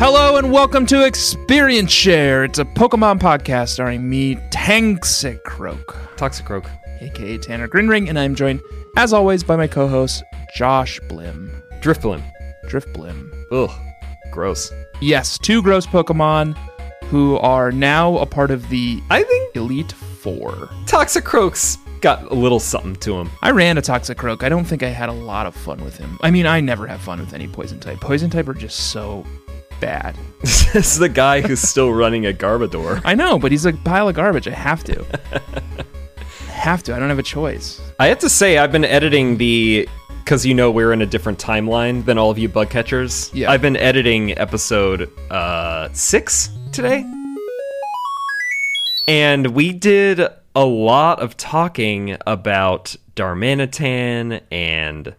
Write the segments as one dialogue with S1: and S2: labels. S1: Hello and welcome to Experience Share. It's a Pokemon podcast starring me, Tanxicroak,
S2: Toxic Rogue.
S1: aka Tanner Grinring, and I'm joined, as always, by my co-host Josh Blim,
S2: Drift Balloon.
S1: Drift Blim.
S2: Ugh. Gross.
S1: Yes, two gross Pokemon who are now a part of the
S2: I think
S1: Elite Four.
S2: Toxic Croak's got a little something to him.
S1: I ran a Toxicroak. I don't think I had a lot of fun with him. I mean, I never have fun with any poison type. Poison type are just so bad.
S2: this is the guy who's still running a Garbador.
S1: I know, but he's a pile of garbage. I have to. I have to. I don't have a choice.
S2: I have to say, I've been editing the. Because you know we're in a different timeline than all of you bug catchers.
S1: Yeah.
S2: I've been editing episode uh, six today. And we did a lot of talking about Darmanitan and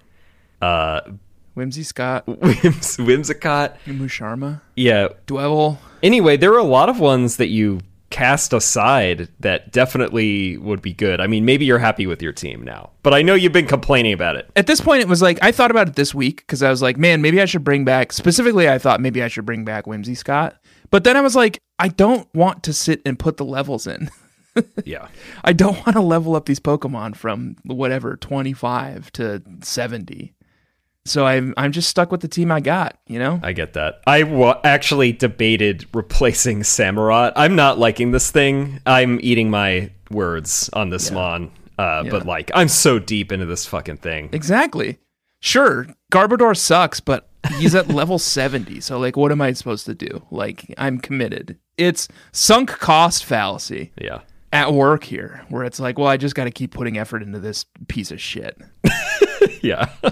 S2: uh,
S1: Whimsy Scott,
S2: Whims- Whimsicott.
S1: Musharma,
S2: Yeah,
S1: Dwebble.
S2: Anyway, there were a lot of ones that you cast aside that definitely would be good. I mean, maybe you're happy with your team now, but I know you've been complaining about it.
S1: At this point, it was like I thought about it this week because I was like, man, maybe I should bring back. Specifically, I thought maybe I should bring back Whimsy Scott, but then I was like, I don't want to sit and put the levels in.
S2: Yeah.
S1: I don't want to level up these Pokemon from whatever 25 to 70. So I'm I'm just stuck with the team I got, you know?
S2: I get that. I wa- actually debated replacing Samurott. I'm not liking this thing. I'm eating my words on this mon. Uh, But like, I'm so deep into this fucking thing.
S1: Exactly. Sure, Garbodor sucks, but he's at level 70. So like what am I supposed to do? Like I'm committed. It's sunk cost fallacy
S2: Yeah.
S1: at work here where it's like, well, I just got to keep putting effort into this piece of shit.
S2: Yeah.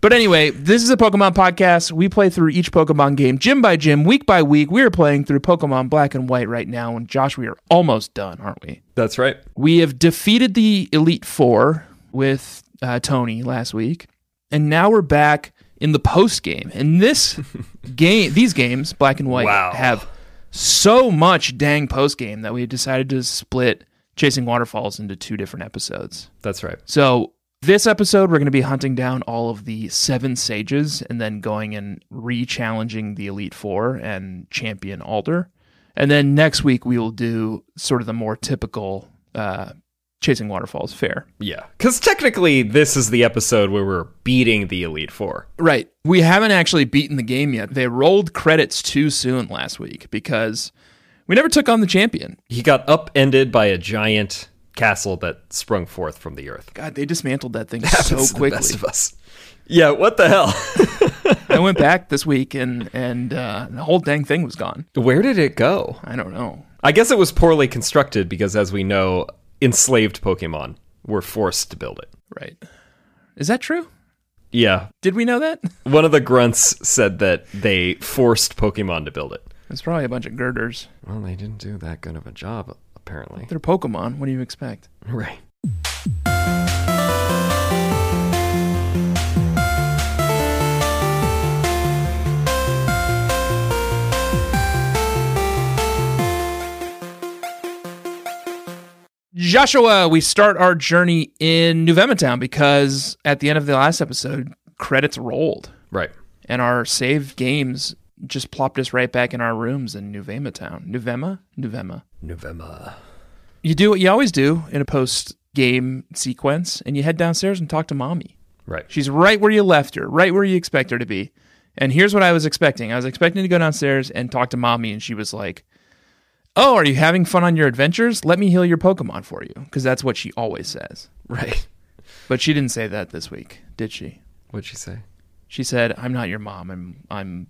S1: But anyway, this is a Pokemon podcast. We play through each Pokemon game, gym by gym, week by week. We are playing through Pokemon Black and White right now. And Josh, we are almost done, aren't we?
S2: That's right.
S1: We have defeated the Elite Four with uh, Tony last week, and now we're back in the post game. And this game, these games, Black and White,
S2: Wow.
S1: have so much dang post game that we decided to split Chasing Waterfalls into two different episodes.
S2: That's right.
S1: So this episode, we're going to be hunting down all of the seven sages and then going and re-challenging the elite four and champion Alder. And then next week we will do sort of the more typical uh, chasing waterfalls fair.
S2: Yeah. Because technically, this is the episode where we're beating the Elite Four.
S1: Right. We haven't actually beaten the game yet. They rolled credits too soon last week because we never took on the champion.
S2: He got upended by a giant castle that sprung forth from the earth.
S1: God, they dismantled that thing
S2: Happens to
S1: so
S2: the
S1: quickly.
S2: best of us. Yeah, what the hell?
S1: I went back this week and and uh, the whole dang thing was gone.
S2: Where did it go?
S1: I don't know.
S2: I guess it was poorly constructed because, as we know, enslaved Pokemon were forced to build it.
S1: Right. Is that true?
S2: Yeah,
S1: Did we know that?
S2: one of the grunts said that they forced Pokemon to build it.
S1: It's probably a bunch of girders.
S2: Well, they didn't do that good of a job, apparently.
S1: They're Pokemon. What do you expect?
S2: Right.
S1: Joshua, we start our journey in New Vemetown because at the end of the last episode, credits rolled
S2: Right.
S1: and our saved games just plopped us right back in our rooms in New Vemetown. New Vema? New Vema.
S2: November.
S1: You do what you always do in a post game sequence and you head downstairs and talk to mommy.
S2: Right.
S1: She's right where you left her, right where you expect her to be. And here's what I was expecting I was expecting to go downstairs and talk to mommy, and she was like, Oh, are you having fun on your adventures? Let me heal your Pokemon for you. Because that's what she always says.
S2: Right.
S1: But she didn't say that this week, did she?
S2: What'd she say?
S1: She said, I'm not your mom. I'm, I'm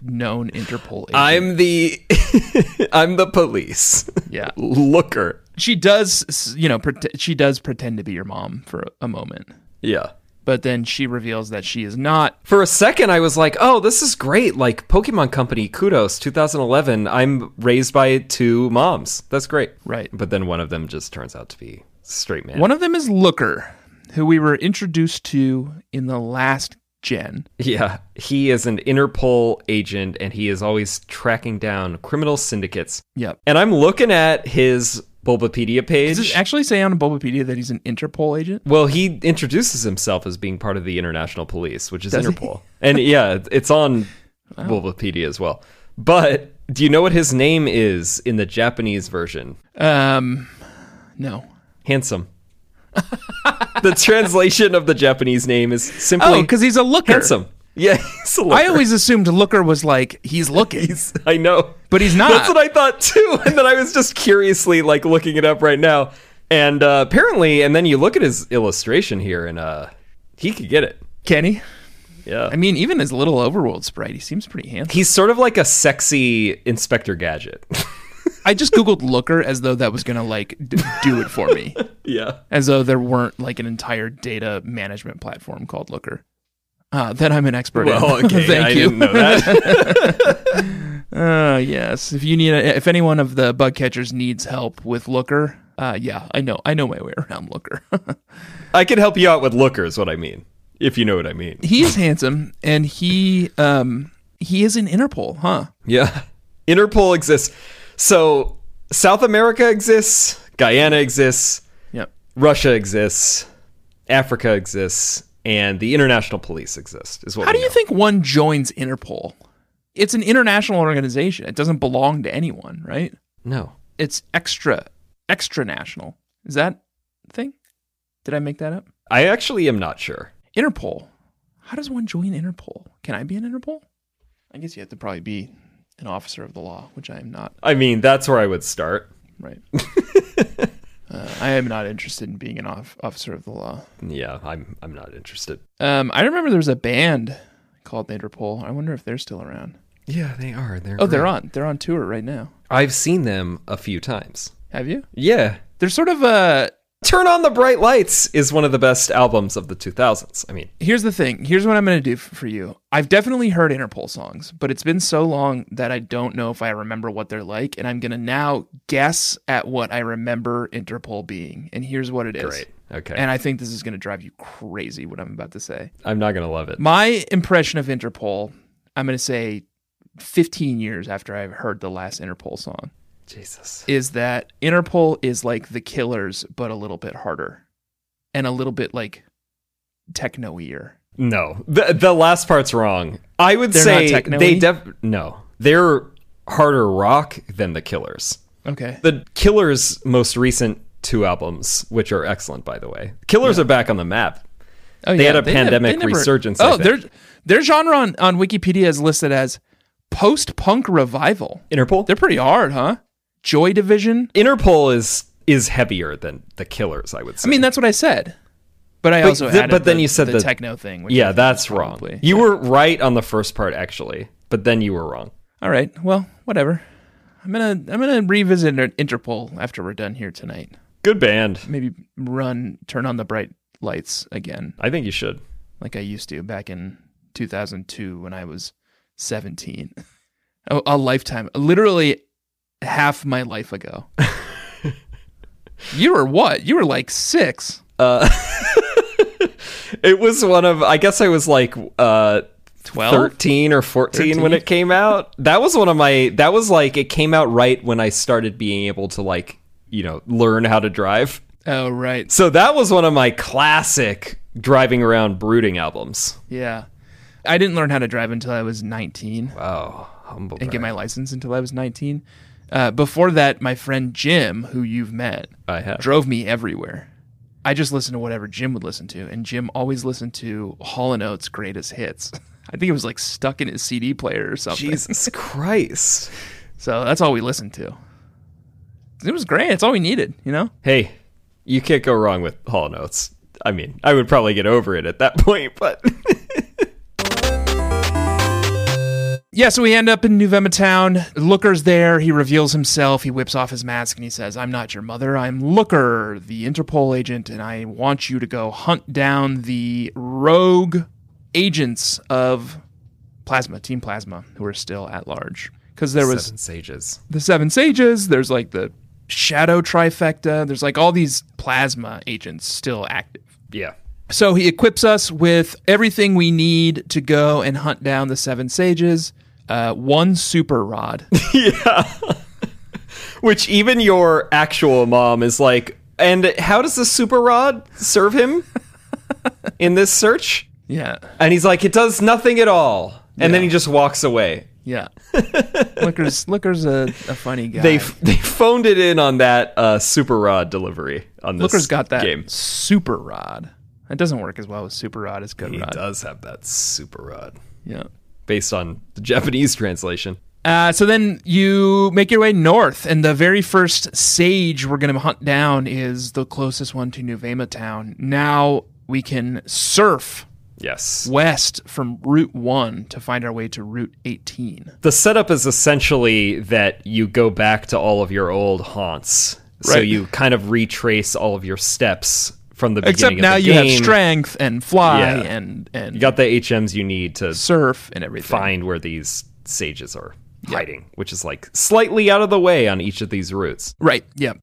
S1: known Interpol. Agent.
S2: I'm the I'm the police.
S1: yeah.
S2: Looker.
S1: She does, s- you know, pret she does pretend to be your mom for a- a moment.
S2: Yeah.
S1: But then she reveals that she is not.
S2: For a second I was like, "Oh, this is great. Like Pokemon Company Kudos 2011. I'm raised by two moms. That's great."
S1: Right.
S2: But then one of them just turns out to be straight man.
S1: One of them is Looker, who we were introduced to in the last gen.
S2: Yeah. He is an Interpol agent and he is always tracking down criminal syndicates.
S1: Yep.
S2: And I'm looking at his Bulbapedia page.
S1: Does it actually say on Bulbapedia that he's an Interpol agent?
S2: Well, he introduces himself as being part of the international police, which is
S1: Does he?
S2: Interpol. and yeah, it's on Wolvopedia as well. But do you know what his name is in the Japanese version?
S1: Um, no.
S2: Handsome. the translation of the Japanese name is simply
S1: Oh, because he's a looker.
S2: handsome. Yeah, he's a looker.
S1: I always assumed looker was like he's looking,
S2: He's- I know,
S1: but he's not.
S2: That's what I thought too, and then I was just curiously like looking it up right now, and uh, apparently, and then you look at his illustration here, and uh, he could get it.
S1: Kenny.
S2: Yeah,
S1: I mean, even his little overworld sprite, he seems pretty handsome.
S2: he's sort of like a sexy Inspector Gadget.
S1: I just googled looker as though that was gonna like d- do it for me,
S2: yeah,
S1: as though there weren't like an entire data management platform called looker. Uh, that I'm an expert.
S2: well,
S1: in.
S2: okay,
S1: Thank
S2: I
S1: you.
S2: didn't know that.
S1: Uh, yes. If you need, a, if anyone of the bug catchers needs help with Looker, uh, yeah, I know, I know my way around Looker.
S2: I can help you out with Looker, is what I mean, if you know what I mean.
S1: he is handsome, and he, um, he is in Interpol, huh?
S2: Yeah. Interpol exists. So South America exists, Guyana exists,
S1: Yep.
S2: Russia exists, Africa exists, and the international police exist is what
S1: How
S2: we
S1: do you
S2: know.
S1: think one joins Interpol? It's an international organization. It doesn't belong to anyone, right?
S2: No.
S1: It's extra, extra national. Is that a thing? Did I make that up?
S2: I actually am not sure.
S1: Interpol. How does one join Interpol? Can I be an Interpol? I guess you have to probably be an officer of the law, which I am not.
S2: I mean, that's where I would start.
S1: Right. uh, I am not interested in being an off- officer of the law.
S2: Yeah, I'm I'm not interested.
S1: Um, I remember there was a band called Interpol. I wonder if they're still around.
S2: Yeah, they are. They're
S1: Oh, they're on. They're on tour right now.
S2: I've seen them a few times.
S1: Have you?
S2: Yeah.
S1: They're sort of uh
S2: Turn on the Bright Lights is one of the best albums of the 2000s. I mean,
S1: Here's the thing. Here's what I'm going to do f- for you. I've definitely heard Interpol songs, but it's been so long that I don't know if I remember what they're like. And I'm going to now guess at what I remember Interpol being. And here's what it is.
S2: great. Okay.
S1: And I think this is going to drive you crazy what I'm about to say.
S2: I'm not going to love it.
S1: My impression of Interpol, I'm going to say 15 years after I've heard the last Interpol song,
S2: Jesus.
S1: is that Interpol is like the killers, but a little bit harder and a little bit like techno-ier.
S2: No, the the last part's wrong. I would
S1: They're
S2: say
S1: not techno-y?
S2: they def no, they're harder rock than the Killers.
S1: Okay.
S2: The Killers' most recent two albums, which are excellent, by the way. Killers are back on the map.
S1: Oh,
S2: They had a pandemic resurgence, I
S1: Oh,
S2: think.
S1: their their genre on, on Wikipedia is listed as post-punk revival.
S2: Interpol.
S1: They're pretty hard, huh? Joy Division.
S2: Interpol is is heavier than the Killers. I would
S1: I
S2: say.
S1: mean, that's what I said. But I
S2: But
S1: also
S2: the-
S1: added
S2: but then
S1: the-
S2: you said
S1: the,
S2: the-
S1: techno thing. which I
S2: yeah,
S1: think
S2: that's
S1: is
S2: wrong.
S1: probably-
S2: You were right on the first part actually, but then you were wrong.
S1: All right. Well, whatever. I'm gonna I'm gonna revisit Inter- Interpol after we're done here tonight.
S2: Good band.
S1: Maybe run turn on the bright lights again,
S2: I think you should.
S1: like I used to back in 2002 when I was 17. A, a lifetime, literally half my life ago. you were what? You were like six.
S2: It was one of I guess I was like uh
S1: 12?
S2: 13 or 14 when it came out. That was one of my that was like it came out right when I started being able to like, you know, learn how to drive.
S1: Oh right.
S2: So that was one of my classic driving around brooding albums.
S1: Yeah. I didn't learn how to drive until I was 19.
S2: Wow, humble.
S1: and
S2: brag.
S1: get my license until I was 19. Uh, before that, my friend Jim, who you've met,
S2: I have.
S1: drove me everywhere. I just listened to whatever Jim would listen to, and Jim always listened to Hall & Oates' greatest hits. I think it was like stuck in his CD player or something.
S2: Jesus Christ.
S1: So that's all we listened to. It was great. It's all we needed, you know?
S2: Hey, you can't go wrong with Hall Notes. I mean, I would probably get over it at that point, but
S1: Yeah, so we end up in New Vema Town. Looker's there. He reveals himself. He whips off his mask and he says, I'm not your mother. I'm Looker, the Interpol agent, and I want you to go hunt down the rogue agents of Plasma, Team Plasma, who are still at large. Because there was
S2: Seven Sages.
S1: the Seven Sages, there's like the Shadow Trifecta, there's like all these Plasma agents still active.
S2: Yeah.
S1: So he equips us with everything we need to go and hunt down the seven sages. Uh, one super rod.
S2: Which even your actual mom is like, and how does the super rod serve him in this search?
S1: yeah.
S2: And he's like, it does nothing at all. And then he just walks away.
S1: Yeah. Liquor's Liquor's a, a funny guy.
S2: They f- they phoned it in on that uh, super rod delivery on this
S1: Liquor's got that
S2: game.
S1: super rod. It doesn't work as well with super rod as good
S2: He
S1: rod.
S2: does have that super rod
S1: Yeah.
S2: based on the Japanese translation.
S1: Uh, so then you make your way north, and the very first sage we're going to hunt down is the closest one to New Vema Town. Now we can surf
S2: Yes.
S1: west from Route 1 to find our way to Route 18.
S2: The setup is essentially that you go back to all of your old haunts. So
S1: Right.
S2: you kind of retrace all of your steps from the beginning
S1: Except
S2: of
S1: now
S2: the
S1: you have
S2: game.
S1: strength and fly
S2: Yeah.
S1: and, and
S2: You got the HMs you need to
S1: surf and everything.
S2: find where these sages are hiding, which is like slightly out of the way on each of these routes.
S1: Right. Yeah.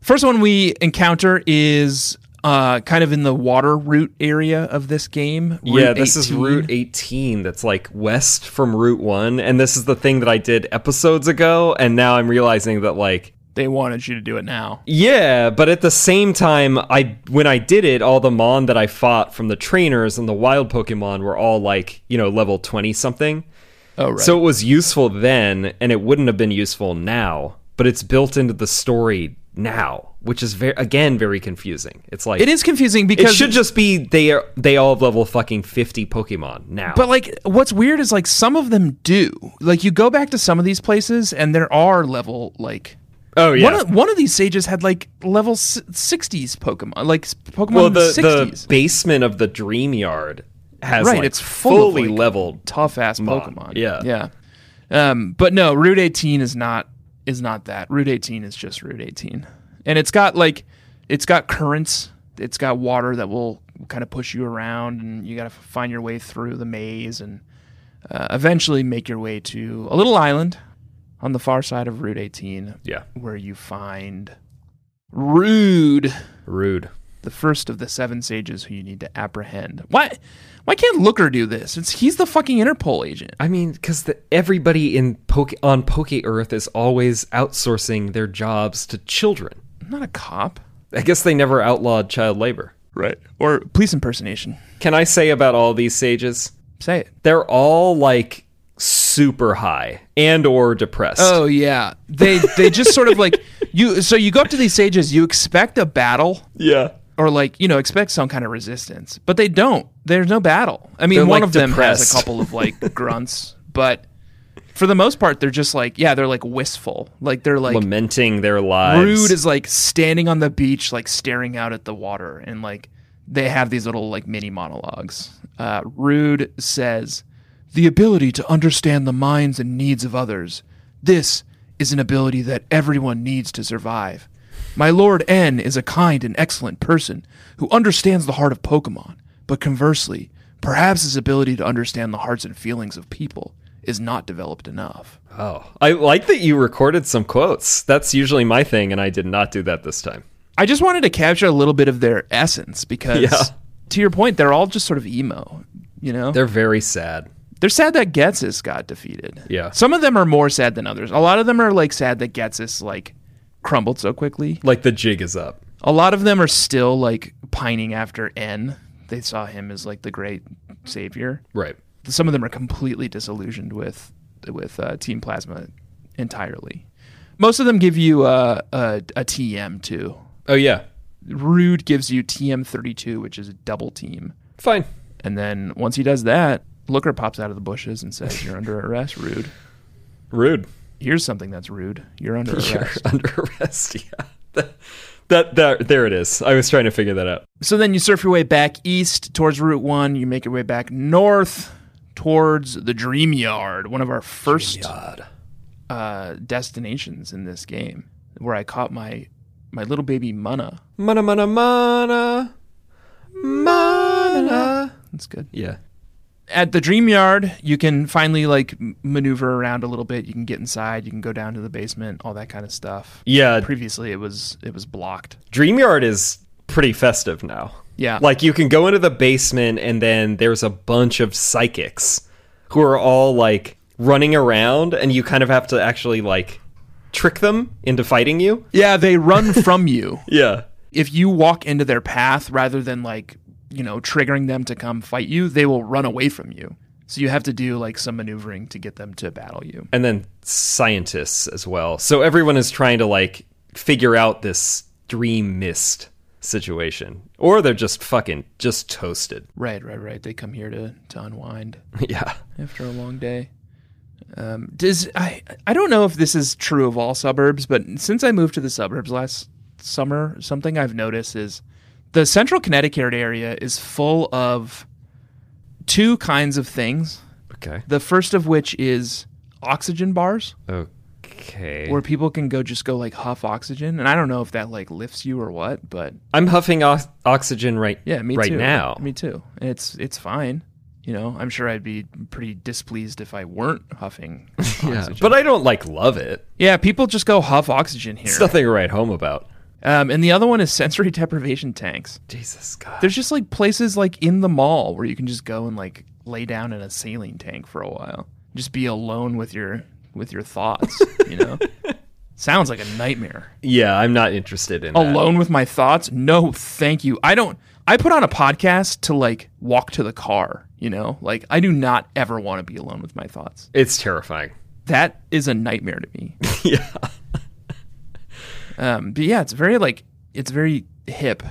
S1: First one we encounter is uh, kind of in the water route area of this game.
S2: yeah,
S1: Route
S2: this is
S1: 18.
S2: Route 18 that's like west from Route 1. And this is the thing that I did episodes ago. And now I'm realizing that, like,
S1: They wanted you to do it now.
S2: yeah, but at the same time, I when I did it, all the Mon that I fought from the trainers and the wild Pokemon were all like, you know, level 20 something.
S1: Oh, right.
S2: So it was useful then, and it wouldn't have been useful now, but it's built into the story now, which is very again very confusing. It's like
S1: it is confusing
S2: it
S1: because
S2: should just be they are they all have level fucking 50 Pokemon now.
S1: But like, what's weird is like some of them do. Like, you go back to some of these places, and there are level like.
S2: oh yeah.
S1: One of, one of these sages had like level s- 60s Pokemon, like s- Pokemon
S2: well the,
S1: 60s.
S2: the basement of the dream yard has
S1: Right,
S2: like,
S1: it's full of,
S2: fully
S1: like,
S2: leveled
S1: tough ass
S2: Mon,
S1: Pokemon.
S2: yeah.
S1: yeah. Um, but no, Route 18 is not is not that. Route 18 is just Route 18, and it's got like it's got currents. It's got water that will kind of push you around, and you got to find your way through the maze, and uh, eventually make your way to a little island on the far side of Route 18,
S2: Yeah.
S1: where you find Rude
S2: Rude.
S1: the first of the seven sages who you need to apprehend. Why why can't Looker do this? It's he's the fucking Interpol agent.
S2: I mean, because everybody in Poke, on Poke Earth is always outsourcing their jobs to children.
S1: I'm not a cop.
S2: I guess they never outlawed child labor.
S1: Right. Or police impersonation.
S2: Can I say about all these sages?
S1: Say it.
S2: They're all like super high and or depressed.
S1: Oh yeah. They they just sort of like you so you go up to these sages, you expect a battle
S2: yeah.
S1: or like, you know, expect some kind of resistance. But they don't. There's no battle. I mean,
S2: They're,
S1: one
S2: like,
S1: of them has
S2: depressed.
S1: a couple of like grunts, but for the most part they're just like, yeah, they're like wistful. Like they're like
S2: Lamenting their lives.
S1: Rude is like standing on the beach, like staring out at the water, and like they have these little like mini monologues. Uh, Rude says, "The ability to understand the minds and needs of others. This is an ability that everyone needs to survive. My Lord N is a kind and excellent person who understands the heart of Pokemon, but conversely, perhaps his ability to understand the hearts and feelings of people is not developed enough."
S2: Oh, I like that you recorded some quotes. That's usually my thing, and I did not do that this time.
S1: I just wanted to capture a little bit of their essence because,
S2: Yeah.
S1: to your point, they're all just sort of emo. You know, they're,
S2: They're very sad.
S1: sad that Getsis got defeated.
S2: Yeah.
S1: some of them are more sad than others. A lot of them are like sad that Getsis like crumbled so quickly.
S2: Like the jig is up.
S1: A lot of them are still like pining after N. They saw him as like the great savior.
S2: Right.
S1: Some of them are completely disillusioned with with uh, Team Plasma entirely. Most of them give you uh, a, a TM too.
S2: Oh yeah.
S1: Rude gives you TM32, which is a double team.
S2: Fine.
S1: And then once he does that, Looker pops out of the bushes and says, You're under arrest, Rude.
S2: Rude.
S1: Here's something that's rude. You're under
S2: You're
S1: arrest.
S2: under arrest. Yeah. That, that that there it is. I was trying to figure that out.
S1: So then you surf your way back east towards Route 1. You make your way back north towards the Dream Yard, one of our first
S2: God.
S1: uh, destinations in this game, where I caught my, my little baby Munna.
S2: Mana mana mana mana.
S1: That's good.
S2: Yeah.
S1: at the dream yard you can finally like m- maneuver around a little bit you can get inside you can go down to the basement all that kind of stuff
S2: Yeah.
S1: previously it was it was blocked
S2: Dreamyard is pretty festive now.
S1: yeah
S2: Like you can go into the basement and then there's a bunch of psychics who are all like running around and you kind of have to actually like trick them into fighting you.
S1: yeah they run from you
S2: Yeah.
S1: if you walk into their path rather than like you know triggering them to come fight you they will run away from you So you have to do like some maneuvering to get them to battle you.
S2: and then scientists as well. So everyone is trying to like figure out this dream mist situation, or they're just fucking just toasted.
S1: Right, right, right. They come here to to unwind
S2: yeah,
S1: after a long day. Um, does I I don't know if this is true of all suburbs, but since I moved to the suburbs last summer, something I've noticed is the central Connecticut area is full of two kinds of things.
S2: okay,
S1: The first of which is oxygen bars,
S2: okay.
S1: where people can go just go like huff oxygen, and I don't know if that like lifts you or what, but
S2: I'm huffing ox- oxygen right.
S1: Yeah, me
S2: right
S1: too.
S2: now.
S1: Me too. And it's it's fine. You know, I'm sure I'd be pretty displeased if I weren't huffing
S2: Yeah,
S1: oxygen.
S2: but I don't like love it.
S1: yeah, people just go huff oxygen here.
S2: It's nothing to write home about.
S1: Um, and the other one is sensory deprivation tanks.
S2: Jesus God.
S1: There's just like places like in the mall where you can just go and like lay down in a saline tank for a while. Just be alone with your with your thoughts, you know? Sounds like a nightmare.
S2: yeah, I'm not interested in that.
S1: alone with my thoughts no thank you i don't i put on a podcast to like walk to the car you know like i do not ever want to be alone with my thoughts
S2: It's terrifying.
S1: that is a nightmare to me
S2: yeah.
S1: um but yeah it's very like it's very hip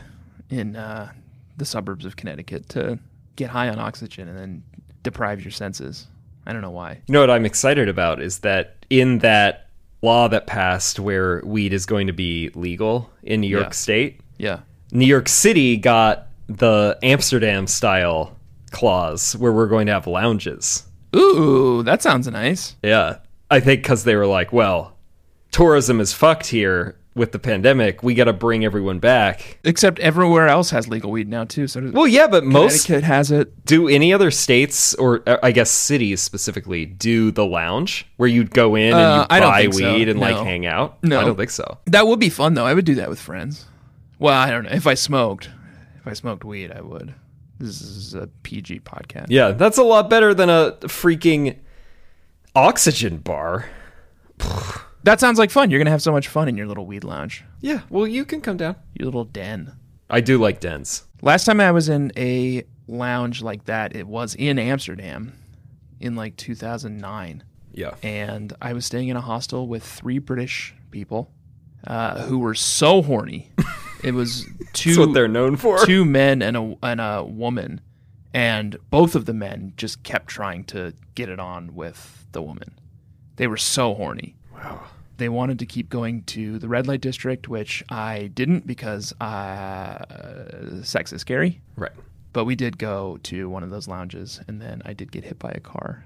S1: in uh the suburbs of connecticut to get high on oxygen and then deprive your senses i don't know why
S2: You know what I'm excited about is that in that law that passed where weed is going to be legal in New York
S1: Yeah.
S2: State,
S1: yeah
S2: New York City got the Amsterdam style clause where we're going to have lounges.
S1: ooh that sounds nice
S2: Yeah. I think because they were like, well, tourism is fucked here with the pandemic. We got to bring everyone back.
S1: except everywhere else has legal weed now too so does
S2: Well, yeah, but most
S1: connecticut has it
S2: do any other states or uh, I guess cities specifically do the lounge where you'd go in and
S1: Uh,
S2: you
S1: I don't
S2: buy
S1: think
S2: weed
S1: so.
S2: and like
S1: No.
S2: hang out?
S1: No.
S2: I don't think so.
S1: That would be fun though. I would do that with friends. Well, I don't know. If I smoked, if I smoked weed, I would. This is a PG podcast.
S2: Yeah, that's a lot better than a freaking oxygen bar.
S1: That sounds like fun. You're going to have so much fun in your little weed lounge,
S2: Yeah, well, you can come down.
S1: your little den.
S2: I do like dens.
S1: Last time I was in a lounge like that, it was in Amsterdam in like 2009.
S2: Yeah.
S1: And I was staying in a hostel with three British people uh, who were so horny. It was
S2: That's
S1: too
S2: what they're known for.
S1: two men and a and a woman, and both of the men just kept trying to get it on with the woman. They were so horny.
S2: Wow.
S1: They wanted to keep going to the red light district, which I didn't because uh, sex is scary.
S2: Right.
S1: But we did go to one of those lounges, and then I did get hit by a car.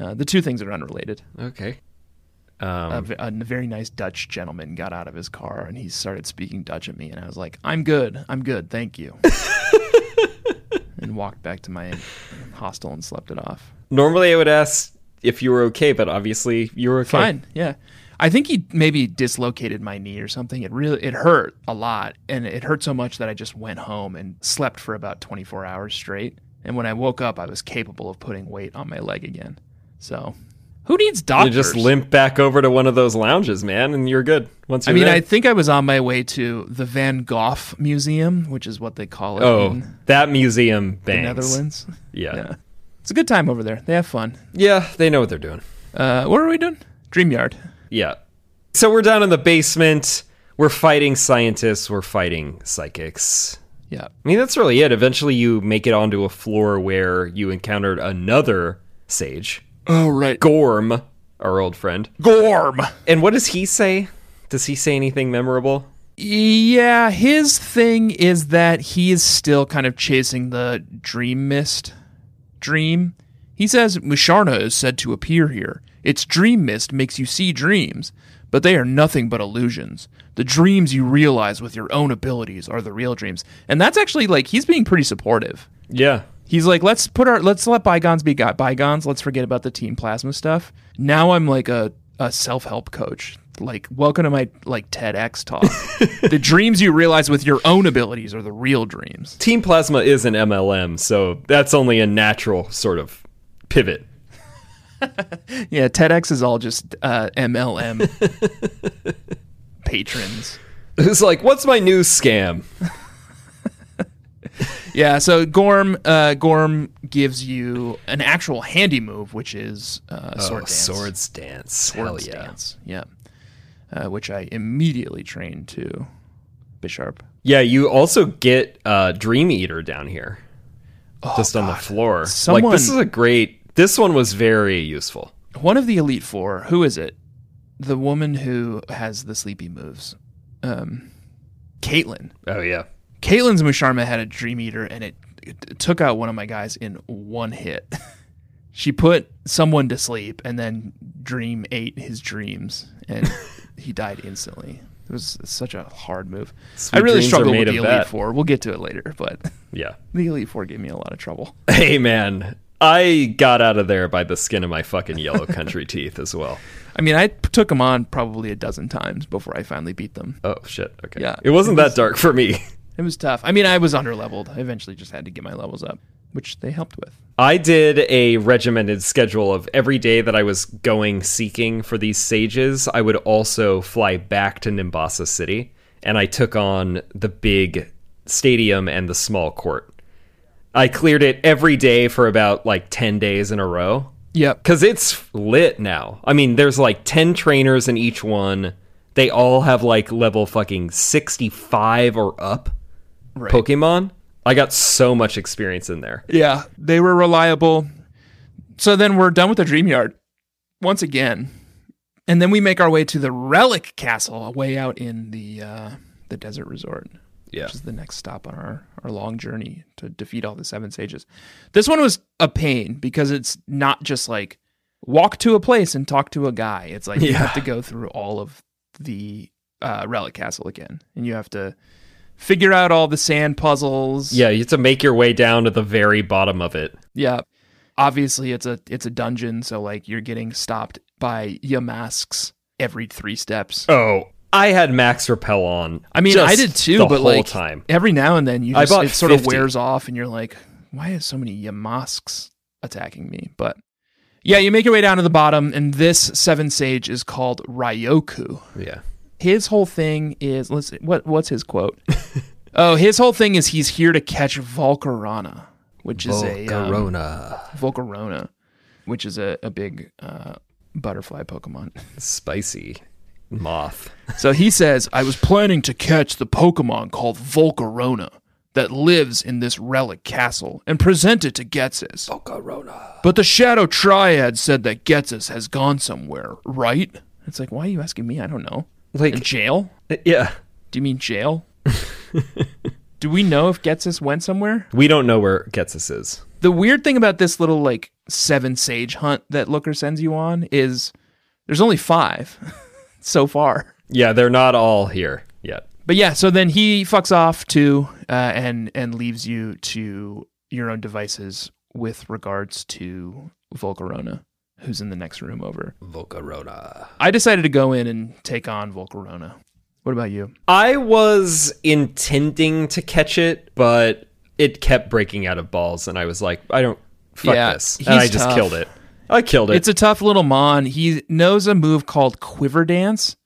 S1: Uh, the two things are unrelated.
S2: Okay.
S1: A,
S2: Um,
S1: v- a very nice Dutch gentleman got out of his car and he started speaking Dutch at me, and I was like, "I'm good, I'm good, thank you," and walked back to my hostel and slept it off.
S2: normally, I would ask if you were okay, but obviously you were okay.
S1: Fine, yeah. I think he maybe dislocated my knee or something. It really it hurt a lot, and it hurt so much that I just went home and slept for about 24 hours straight. And when I woke up, I was capable of putting weight on my leg again. So, who needs
S2: You
S1: doctors?
S2: just limp back over to one of those lounges, man, and you're good. Once
S1: I
S2: you're
S1: mean,
S2: there.
S1: I think I was on my way to the Van Gogh Museum, which is what they call it
S2: oh,
S1: in
S2: that museum
S1: the
S2: bangs.
S1: Netherlands.
S2: Yeah. yeah,
S1: Yeah. It's a good time over there. They have fun.
S2: they know what they're doing.
S1: Uh, what are we doing? Dreamyard.
S2: Yeah. So we're down in the basement. We're fighting scientists. We're fighting psychics.
S1: Yeah.
S2: I mean, that's really it. Eventually, you make it onto a floor where you encountered another sage,
S1: Oh, right.
S2: Gorm, our old friend.
S1: Gorm.
S2: And what does he say? Does he say anything memorable?
S1: Yeah, his thing is that he is still kind of chasing the dream mist dream. He says Musharna is said to appear here. Its dream mist makes you see dreams, but they are nothing but illusions. The dreams you realize with your own abilities are the real dreams. And that's actually like he's being pretty supportive.
S2: Yeah.
S1: He's like, let's put our let's let bygones be got bygones. Let's forget about the team plasma stuff. Now I'm like a, a self help coach. Like, welcome to my like TEDx talk. the dreams you realize with your own abilities are the real dreams.
S2: Team Plasma is an MLM, so that's only a natural sort of pivot.
S1: Yeah, TEDx is all just uh, MLM patrons.
S2: It's like, what's my new scam?
S1: Yeah, so Gorm uh, Gorm gives you an actual handy move, which is uh, sword
S2: oh,
S1: dance.
S2: swords dance.
S1: Swords
S2: Hell yeah.
S1: dance. Yeah. Uh, which I immediately trained to Bisharp.
S2: Yeah, you also get uh, Dream Eater down here, just on the floor. like
S1: Someone-
S2: this is a great. This one was very useful.
S1: One of the Elite Four, who is it? The woman who has the sleepy moves. Um, Caitlyn.
S2: Oh yeah,
S1: Caitlin's Musharma had a Dream Eater and it, it took out one of my guys in one hit. she put someone to sleep and then Dream ate his dreams and he died instantly. It was such a hard move.
S2: Sweet
S1: I really
S2: dreams are
S1: struggled with
S2: made
S1: the
S2: of
S1: Elite
S2: that.
S1: Four. We'll get to it later, but
S2: yeah.
S1: the Elite Four gave me a lot of trouble.
S2: Hey man, I got out of there by the skin of my fucking yellow country teeth as well.
S1: I mean, I p- took them on probably a dozen times before I finally beat them.
S2: Oh shit. Okay.
S1: Yeah,
S2: It wasn't
S1: it
S2: that dark for me.
S1: It was tough. I mean, I was under leveled. I eventually just had to get my levels up, which they helped with.
S2: I did a regimented schedule of every day that I was going seeking for these sages. I would also fly back to Nimbasa City, and I took on the big stadium and the small court. I cleared it every day for about like 10 days in a row.
S1: Yep.
S2: Because it's lit now. I mean, there's like 10 trainers in each one. They all have like level fucking 65 or up
S1: Right.
S2: Pokemon. I got so much experience in there.
S1: Yeah, they were reliable. So then we're done with the Dream Yard once again, and then we make our way to the Relic Castle, way out in the uh, the desert resort,
S2: Yeah.
S1: which is the next stop on our our long journey to defeat all the Seven Sages. This one was a pain because it's not just like walk to a place and talk to a guy. It's like you
S2: Yeah.
S1: have to go through all of the uh, Relic Castle again, and you have to figure out all the sand puzzles.
S2: Yeah, you have to make your way down to the very bottom of it.
S1: Yeah. Obviously it's a it's a dungeon, so like you're getting stopped by Yamasks every three steps.
S2: Oh, I had max repel on.
S1: I mean
S2: just
S1: I did too,
S2: the
S1: but
S2: whole
S1: like
S2: time.
S1: every now and then you
S2: I
S1: just
S2: bought
S1: it sort of
S2: 50.
S1: wears off and you're like, why is so many Yamasks attacking me? But yeah, you make your way down to the bottom, and this seven sage is called Ryoku.
S2: Yeah.
S1: His whole thing is let's what what's his quote? oh, his whole thing is he's here to catch Volcarona, which is a um, Volcarona, which is a, a big uh, butterfly Pokemon.
S2: Spicy moth.
S1: so he says, I was planning to catch the Pokemon called Volcarona that lives in this relic castle and present it to Getzes.
S2: Corona.
S1: But the Shadow Triad said that Getzes has gone somewhere, right? It's like, why are you asking me? I don't know.
S2: Like- uh,
S1: In jail?
S2: Yeah.
S1: Do you mean jail? Do we know if Getzes went somewhere?
S2: We don't know where Getsus is.
S1: the weird thing about this little like seven sage hunt that Looker sends you on is there's only five so far.
S2: Yeah, they're not all here yet.
S1: But yeah, so then he fucks off too, uh, and and leaves you to your own devices with regards to Volcarona, who's in the next room over.
S2: Volcarona.
S1: I decided to go in and take on Volcarona. What about you?
S2: I was intending to catch it, but it kept breaking out of balls, and I was like, I don't. Fuck
S1: Yeah,
S2: this.
S1: he's
S2: And I just
S1: tough.
S2: killed it. I killed it.
S1: It's a tough little mon. He knows a move called Quiver Dance,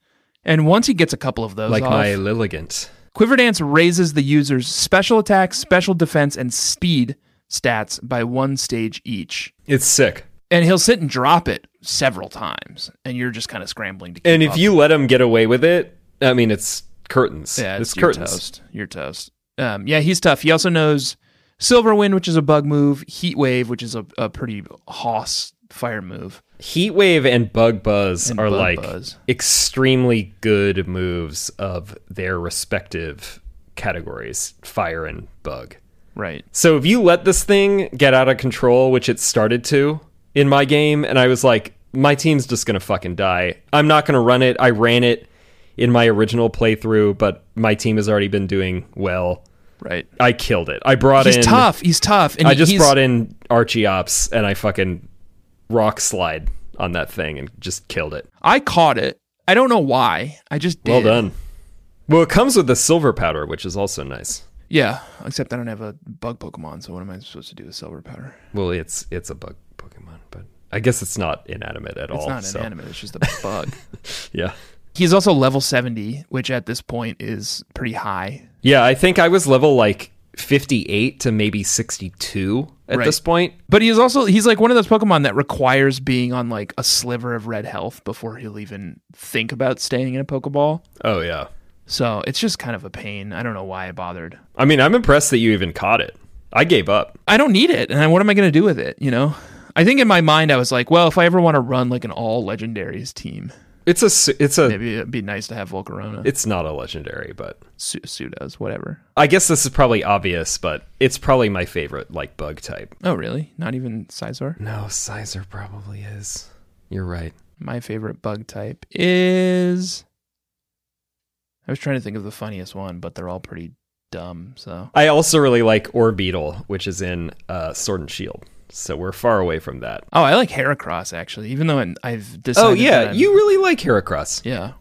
S1: and once he gets a couple of those,
S2: like
S1: off-
S2: my Lilligant.
S1: Quiver Dance raises the user's special attack, special defense, and speed stats by one stage each.
S2: It's sick.
S1: And he'll sit and drop it several times, and you're just kind of scrambling to keep
S2: And if
S1: up.
S2: you let him get away with it, I mean, it's curtains.
S1: yeah,
S2: it's,
S1: it's, your
S2: curtains.
S1: toast. Your toast. Um, yeah, he's tough. He also knows Silverwind, which is a bug move, Heat Wave, which is a, a pretty hoss fire move.
S2: Heat wave and bug buzz
S1: And
S2: are
S1: Bug
S2: like
S1: Buzz.
S2: extremely good moves of their respective categories, fire and bug.
S1: Right.
S2: So if you let this thing get out of control, which it started to in my game, and I was like, my team's just gonna fucking die. I'm not gonna run it. I ran it in my original playthrough, but my team has already been doing well.
S1: Right.
S2: I killed it. I brought
S1: He's
S2: in
S1: tough. He's tough. And
S2: I just
S1: he's,
S2: brought in Archie Ops and I fucking rock slide on that thing and just killed it.
S1: I caught it. I don't know why. I just did.
S2: Well done. Well, it comes with the silver powder, which is also nice.
S1: Yeah, except I don't have a bug Pokemon, so what am I supposed to do with Silver Powder?
S2: Well, it's it's a bug Pokemon, but I guess it's not inanimate at all.
S1: It's not
S2: Oh, so-
S1: inanimate, it's just a bug.
S2: Yeah.
S1: He's also level 70, which at this point is pretty high.
S2: Yeah, I think I was level like 58 to maybe 62 at
S1: Right.
S2: this point.
S1: But he is also he's like one of those Pokemon that requires being on like a sliver of red health before he'll even think about staying in a Pokeball.
S2: Oh, yeah.
S1: So it's just kind of a pain. I don't know why I bothered.
S2: I mean, I'm impressed that you even caught it. I gave up.
S1: I don't need it, and I- what am I going to do with it? You know, I think in my mind I was like, well, if I ever want to run like an all legendaries team,
S2: It's a s- it's a
S1: maybe it'd be nice to have Volcarona,
S2: it's not a legendary, but
S1: Su- pseudos, whatever.
S2: I guess this is probably obvious, but it's probably my favorite like bug type.
S1: Oh, really? Not even Sizor.
S2: No, Sizer probably is. You're right.
S1: My favorite bug type is. I was trying to think of the funniest one, but they're all pretty dumb. So
S2: I also really like Orbeetle, which is in uh, Sword and Shield. So we're far away from that.
S1: Oh, I like Heracross actually, even though I'm, I've decided.
S2: Oh yeah,
S1: that I'm-
S2: you really like Heracross.
S1: Yeah,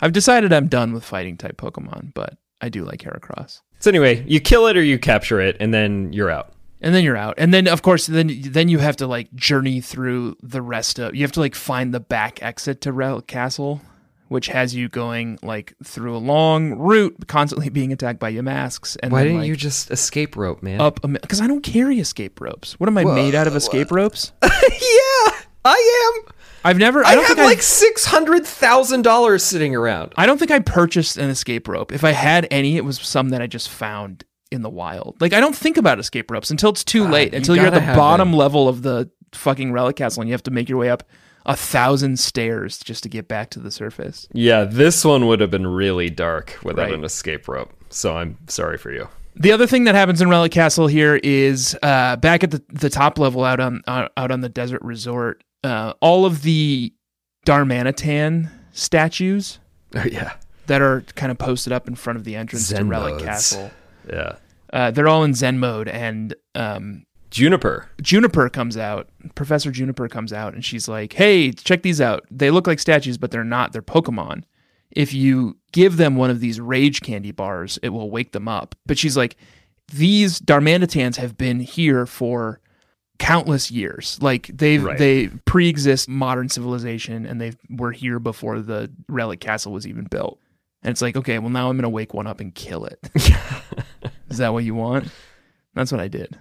S1: I've decided I'm done with fighting type Pokemon, but I do like Heracross.
S2: So anyway, you kill it or you capture it, and then you're out.
S1: And then you're out, and then of course, then then you have to like journey through the rest of. You have to like find the back exit to Rel Castle, which has you going like through a long route, constantly being attacked by your masks. And
S2: Why
S1: then,
S2: didn't
S1: like,
S2: you just escape rope, man?
S1: up? Because I don't carry escape ropes. What am I made out of? Escape ropes?
S2: yeah, I am.
S1: I've never. I,
S2: I,
S1: don't
S2: have
S1: think I-
S2: like six hundred thousand dollars sitting around.
S1: I don't think I purchased an escape rope. If I had any, it was some that I just found in the wild. Like I don't think about escape ropes until it's too late.
S2: you
S1: until you're at
S2: gotta
S1: the
S2: have
S1: bottom level of the fucking relic castle and you have to make your way up a thousand stairs just to get back to the surface.
S2: Yeah, this one would have been really dark without
S1: Right.
S2: an escape rope. So I'm sorry for you.
S1: The other thing that happens in Relic Castle here is uh, back at the, the top level out on out out on the desert resort. Uh, all of the Darmanitan statues
S2: Oh yeah,
S1: that are kind of posted up in front of the entrance to
S2: Zen
S1: Relic
S2: modes.
S1: Castle.
S2: yeah.
S1: Uh, they're all in Zen mode, and um,
S2: Juniper.
S1: Juniper comes out. Professor Juniper comes out, and she's like, "Hey, check these out. They look like statues, but they're not. They're Pokemon. If you give them one of these Rage Candy bars, it will wake them up." But she's like, "These Darmanitans have been here for." countless years like they've
S2: Right.
S1: they pre-exist modern civilization and they were here before the relic castle was even built and it's like okay well now i'm gonna wake one up and kill it is that what you want that's what i did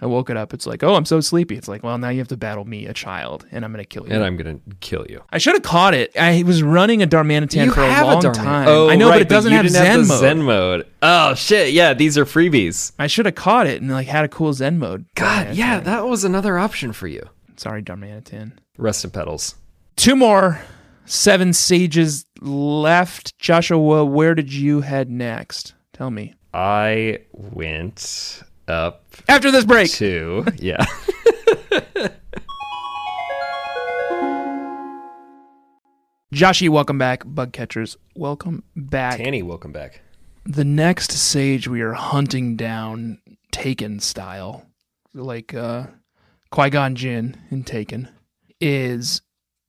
S1: I woke it up. It's like, oh, I'm so sleepy. It's like, well, now you have to battle me, a child, and I'm going to kill you.
S2: And I'm gonna kill you.
S1: I should have caught it. I was running a Darmanitan
S2: you
S1: for a
S2: have
S1: long
S2: Darman-
S1: time.
S2: Oh,
S1: I know,
S2: right,
S1: but it doesn't
S2: you
S1: have
S2: didn't
S1: Zen
S2: the
S1: mode.
S2: Zen mode. Oh shit! Yeah, these are freebies.
S1: I should have caught it and like had a cool Zen mode.
S2: God, yeah, that was another option for you.
S1: Sorry, Darmanitan.
S2: Rest in petals.
S1: Two more, seven sages left. Joshua, where did you head next? Tell me.
S2: I went up
S1: After this break.
S2: to yeah.
S1: Joshy, welcome back. Bug catchers, welcome back.
S2: Tanny, welcome back.
S1: the next sage we are hunting down taken style like uh qui-gon jinn in taken is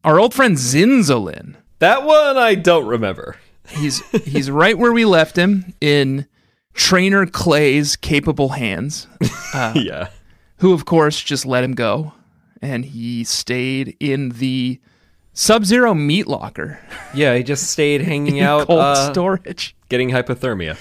S1: our old friend zinzolin
S2: That one I don't remember.
S1: he's he's right where we left him in trainer clay's capable hands Uh,
S2: yeah.
S1: who of course just let him go and he stayed in the sub-zero meat locker
S2: Yeah, he just stayed hanging out,
S1: cold
S2: uh,
S1: storage
S2: getting hypothermia.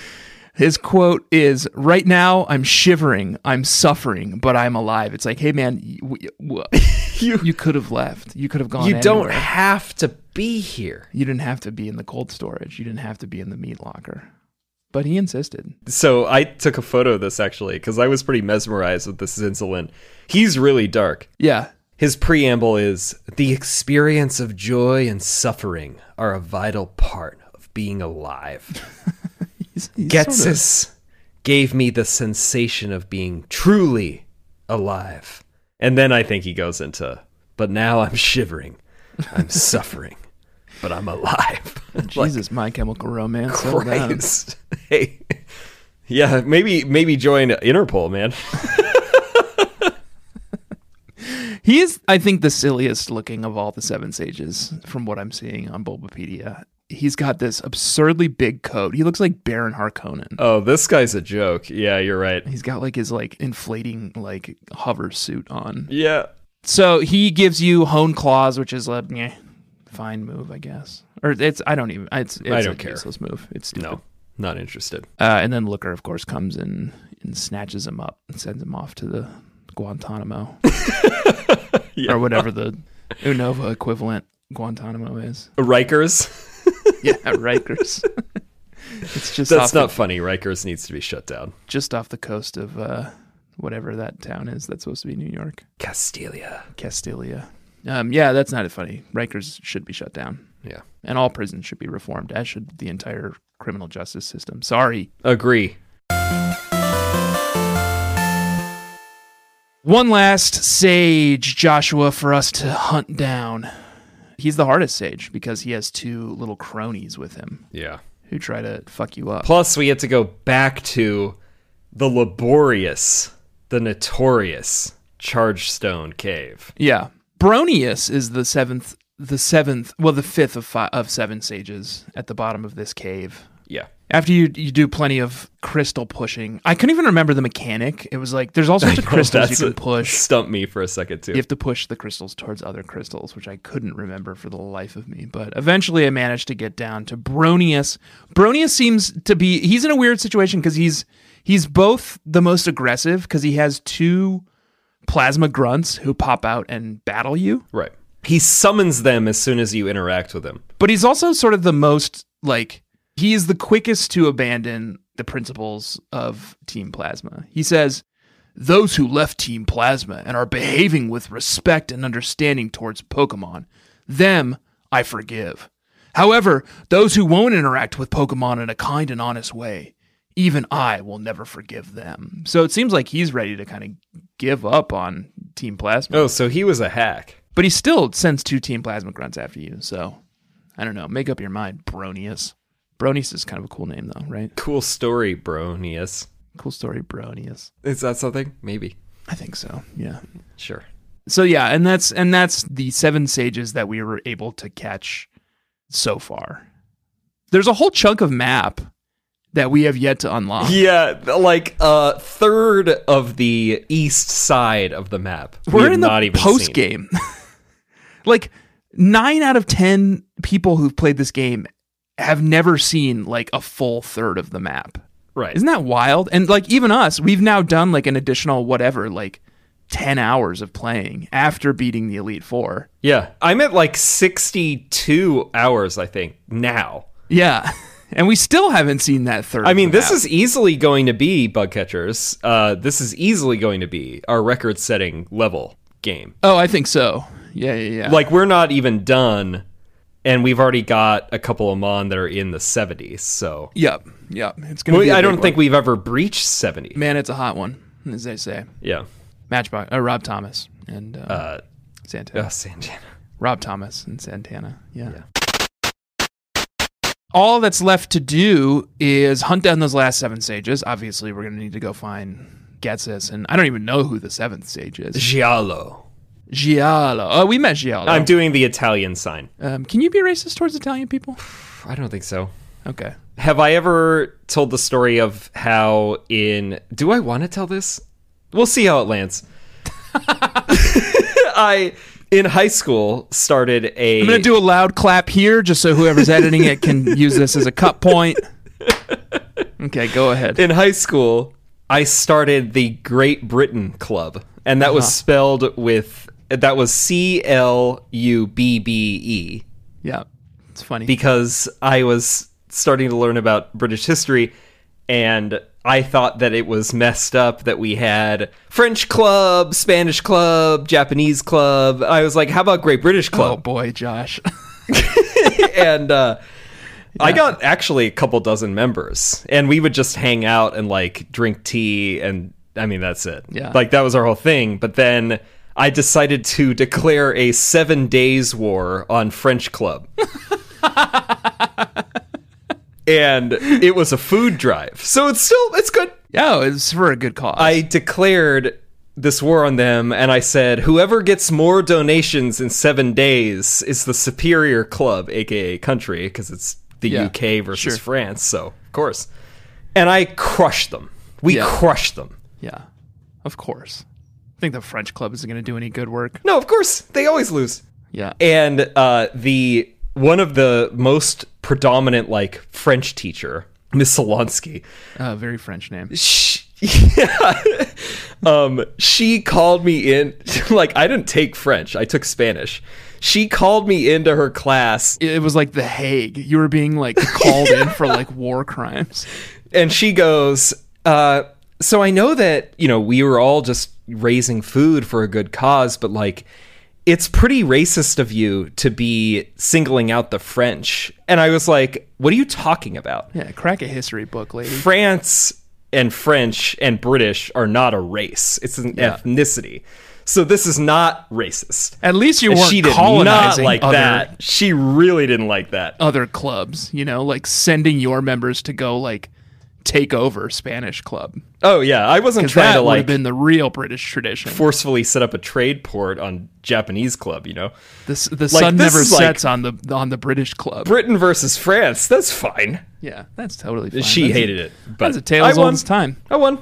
S1: His quote is Right now, I'm shivering, I'm suffering, but I'm alive. It's like, hey, man, you, you, you could have left. You could have gone.
S2: You don't
S1: anywhere.
S2: have to be here.
S1: You didn't have to be in the cold storage. You didn't have to be in the meat locker. But he insisted.
S2: So I took a photo of this actually because I was pretty mesmerized with this Zinzolin. He's really dark.
S1: Yeah.
S2: His preamble is The experience of joy and suffering are a vital part of being alive.
S1: He's, he's sort of-
S2: Getsis gave me the sensation of being truly alive. And then I think he goes into, But now I'm shivering. I'm suffering, but I'm alive. Like,
S1: Jesus, my chemical romance. settle down.
S2: Christ. Hey. Yeah, maybe maybe join Interpol, man.
S1: He is, I think, the silliest looking of all the Seven Sages from what I'm seeing on Bulbapedia. He's got this absurdly big coat. He looks like Baron Harkonnen.
S2: Oh, this guy's a joke. Yeah, you're right.
S1: He's got like his like inflating like hover suit on.
S2: Yeah.
S1: So he gives you hone claws, which is a meh, fine move, I guess. Or it's I don't even it's, it's
S2: I don't
S1: a
S2: care.
S1: useless move. It's stupid.
S2: No. Not interested.
S1: Uh, and then Looker, of course, comes in and snatches him up and sends him off to the Guantanamo
S2: Yeah.
S1: or whatever the Unova equivalent Guantanamo is.
S2: Rikers.
S1: Yeah, Rikers. it's just
S2: That's
S1: off
S2: not
S1: the,
S2: funny. Rikers needs to be shut down.
S1: just off the coast of uh, whatever that town is. That's supposed to be New York,
S2: Castilia.
S1: Castilia. Um, yeah, that's not funny. Rikers should be shut down,
S2: Yeah.
S1: and all prisons should be reformed, as should the entire criminal justice system. Sorry,
S2: Agree.
S1: One last sage, Joshua, for us to hunt down. He's the hardest sage because he has two little cronies with him
S2: Yeah.
S1: who try to fuck you up.
S2: Plus, we had to go back to the laborious, the notorious Chargestone Cave.
S1: Yeah. Bronius is the seventh, the seventh, well, the fifth of five, of seven sages at the bottom of this cave.
S2: Yeah.
S1: After you you do plenty of crystal pushing, I couldn't even remember the mechanic. It was like there's all sorts of crystals you
S2: That's
S1: can
S2: what
S1: push.
S2: Stumped me for a second, too.
S1: You have to push the crystals towards other crystals, which I couldn't remember for the life of me. But eventually I managed to get down to Bronius. Bronius seems to be he's in a weird situation because he's he's both the most aggressive because he has two plasma grunts who pop out and battle you.
S2: Right. He summons them as soon as you interact with him.
S1: But he's also sort of the most like he is the quickest to abandon the principles of Team Plasma. He says, "Those who left Team Plasma and are behaving with respect and understanding towards Pokemon, them I forgive. However, those who won't interact with Pokemon in a kind and honest way, even I will never forgive them." So it seems like he's ready to kind of give up on Team Plasma
S2: Oh, so he was a hack.
S1: but he still sends two team plasma grunts after you. So I don't know. Make up your mind, Bronius. Bronius is kind of a cool name, though, right?
S2: Cool story, Bronius.
S1: Cool story, Bronius.
S2: Is that something? Maybe.
S1: I think so. Yeah.
S2: Sure.
S1: So yeah, and that's and that's the seven sages that we were able to catch so far. There's a whole chunk of map that we have yet to unlock.
S2: Yeah, like a third of the east side of the map. We
S1: We're
S2: have
S1: in the
S2: not even
S1: post
S2: seen.
S1: game. like nine out of ten people who've played this game have never seen like a full third of the map.
S2: Right.
S1: Isn't that wild? And like even us, we've now done like an additional whatever, like 10 hours of playing after beating the Elite 4.
S2: yeah. I'm at like 62 hours, I think, now.
S1: Yeah. And we still haven't seen that third.
S2: I mean, this is easily going to be bug catchers. Uh, this is easily going to be our record-setting level game.
S1: Oh, I think so. Yeah, yeah, yeah.
S2: Like we're not even done, and we've already got a couple of mon that are in the 70s. So
S1: yep. Yep. It's going to
S2: we,
S1: be I
S2: I don't think we've ever breached 70.
S1: man, it's a hot one, as they say.
S2: Yeah.
S1: Matchbox uh, Rob Thomas and uh,
S2: Uh,
S1: Santana.
S2: uh, Santana.
S1: Rob Thomas and Santana. Yeah. All that's left to do is hunt down those last seven sages. Obviously, we're going to need to go find Getsis, and I don't even know who the seventh sage is.
S2: Giallo.
S1: Giallo. Oh, we met Giallo.
S2: I'm doing the Italian sign.
S1: um, can you be racist towards Italian people?
S2: I don't think so.
S1: Okay.
S2: Have I ever told the story of how in Do I want to tell this? We'll see how it lands. I in high school started a
S1: I'm going to do a loud clap here just so whoever's editing it can use this as a cut point. Okay, go ahead.
S2: in high school, I started the Great Britain Club, and that
S1: Uh-huh.
S2: was spelled with that was C L U B B E
S1: Yeah. It's funny.
S2: because I was starting to learn about British history, and I thought that it was messed up that we had French Club, Spanish Club, Japanese Club. I was like, how about Great British
S1: oh,
S2: Club?
S1: boy, Josh.
S2: and uh, I got actually a couple dozen members, and we would just hang out and like drink tea, and I mean that's it.
S1: Yeah.
S2: like that was our whole thing. But then I decided to declare a seven days war on French Club. And it was a food drive, so it's still it's good.
S1: Yeah, it's for a good cause.
S2: I declared this war on them, and I said, whoever gets more donations in seven days is the superior club, aka country, because it's the
S1: Yeah,
S2: UK versus
S1: sure.
S2: France. So, of course. And I crushed them. We
S1: Yeah.
S2: crushed them.
S1: yeah. Of course. I think the French club isn't going to do any good work.
S2: No, of course they always lose.
S1: Yeah.
S2: And uh, the one of the most predominant like French teacher Miss Solonsky.
S1: Uh, very French name.
S2: She, yeah. um, she called me in. Like, I didn't take French, I took Spanish. She called me into her class
S1: It was like The Hague. You were being like called in for like war crimes.
S2: and she goes, uh, so I know that, you know, we were all just raising food for a good cause, but like it's pretty racist of you to be singling out the French. And I was like, what are you talking about?
S1: Yeah, crack a history book, lady.
S2: France and French and British are not a race. It's an ethnicity. So this is not racist.
S1: At least you
S2: And
S1: weren't
S2: she did not
S1: colonizing
S2: like
S1: other,
S2: that. She really didn't like that.
S1: other clubs. You know, like sending your members to go like take over Spanish club.
S2: Oh yeah, I wasn't
S1: 'Cause
S2: trying
S1: That
S2: to
S1: would have
S2: like
S1: been the real British tradition.
S2: forcefully set up a trade port on Japanese club, you know.
S1: This the sun
S2: this
S1: never
S2: is like-
S1: sets on the on the British club.
S2: Britain versus France, that's fine.
S1: yeah, that's totally. Fine.
S2: she
S1: That's a-
S2: hated it. But
S1: That's a tale as
S2: I won.
S1: old as time.
S2: I won.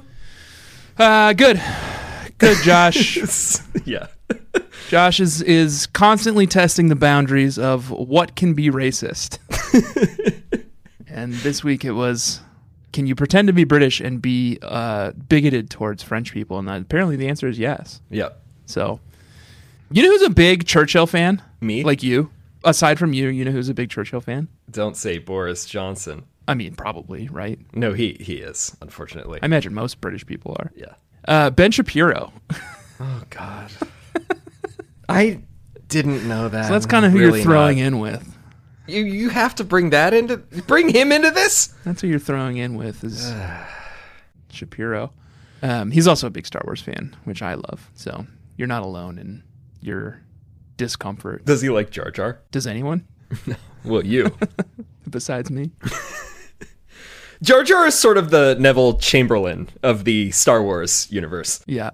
S1: Uh, good, good, Josh.
S2: yeah.
S1: Josh is is constantly testing the boundaries of what can be racist. and this week it was, can you pretend to be British and be uh, bigoted towards French people? And that, apparently the answer is yes.
S2: Yeah.
S1: So, you know who's a big Churchill fan?
S2: Me?
S1: like you. Aside from you, you know who's a big Churchill fan?
S2: Don't say Boris Johnson.
S1: I mean, probably right.
S2: No, he he is, unfortunately.
S1: I imagine most British people are.
S2: yeah.
S1: Uh, ben Shapiro.
S2: Oh God. I didn't know that.
S1: So that's kind of who you're throwing in with.
S2: in. You you have to bring that into bring him into this.
S1: That's who you're throwing in with is Shapiro. Um, he's also a big Star Wars fan, which I love. So you're not alone in your discomfort.
S2: Does he like Jar Jar?
S1: Does anyone
S2: Well, you.
S1: besides me?
S2: Jar Jar is sort of the Neville Chamberlain of the Star Wars universe.
S1: Yeah.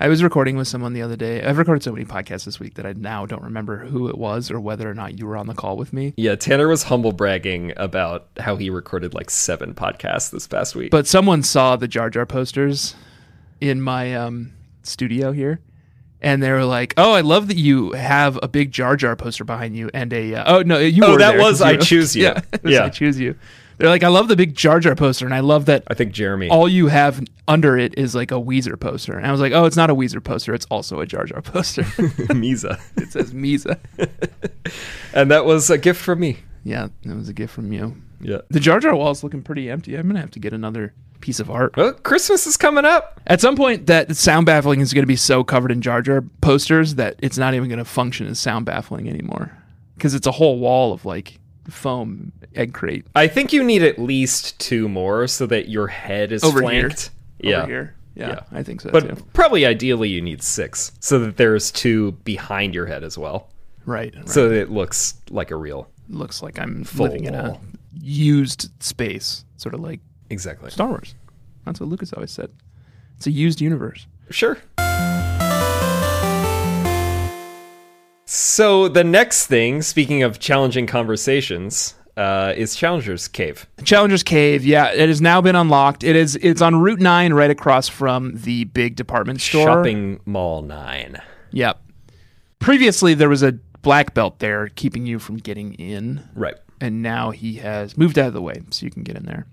S1: I was recording with someone the other day. I've recorded so many podcasts this week that I now don't remember who it was or whether or not you were on the call with me.
S2: Yeah, Tanner was humble bragging about how he recorded like seven podcasts this past week.
S1: But someone saw the Jar Jar posters in my um, studio here, and they were like, "Oh, I love that you have a big Jar Jar poster behind you and a uh, oh no, you
S2: Oh,
S1: were
S2: that
S1: there
S2: was
S1: 'cause
S2: I
S1: were-
S2: Choose You.
S1: yeah, it was
S2: Yeah.
S1: I choose you." They're like, "I love the big Jar Jar poster, and I love that
S2: I think Jeremy.
S1: all you have under it is like a Weezer poster." And I was like, "Oh, it's not a Weezer poster; it's also a Jar Jar poster.
S2: Misa.
S1: it says Misa."
S2: And that was a gift from me.
S1: Yeah, that was a gift from you.
S2: Yeah.
S1: The Jar Jar wall is looking pretty empty. I'm gonna have to get another piece of art.
S2: Well, Oh, Christmas is coming up.
S1: At some point, that sound baffling is going to be so covered in Jar Jar posters that it's not even going to function as sound baffling anymore because it's a whole wall of like foam egg crate
S2: I think you need at least two more so that your head is
S1: Over here.
S2: flanked. yeah.
S1: over here. Yeah,
S2: Yeah.
S1: I think so
S2: But
S1: too.
S2: probably ideally you need six so that there's two behind your head as well.
S1: Right. right.
S2: So that it looks like a real.
S1: Looks like I'm
S2: Full
S1: living in a
S2: wall.
S1: used space, sort of like
S2: Exactly.
S1: Star Wars. That's what Lucas always said. It's a used universe.
S2: Sure. So the next thing, speaking of challenging conversations, uh, is Challenger's Cave.
S1: Challenger's Cave, yeah, it has now been unlocked. It is it's on Route 9 right across from the big department store.
S2: Shopping Mall 9.
S1: Yep. Previously, there was a black belt there keeping you from getting in,
S2: Right.
S1: and now he has moved out of the way so you can get in there.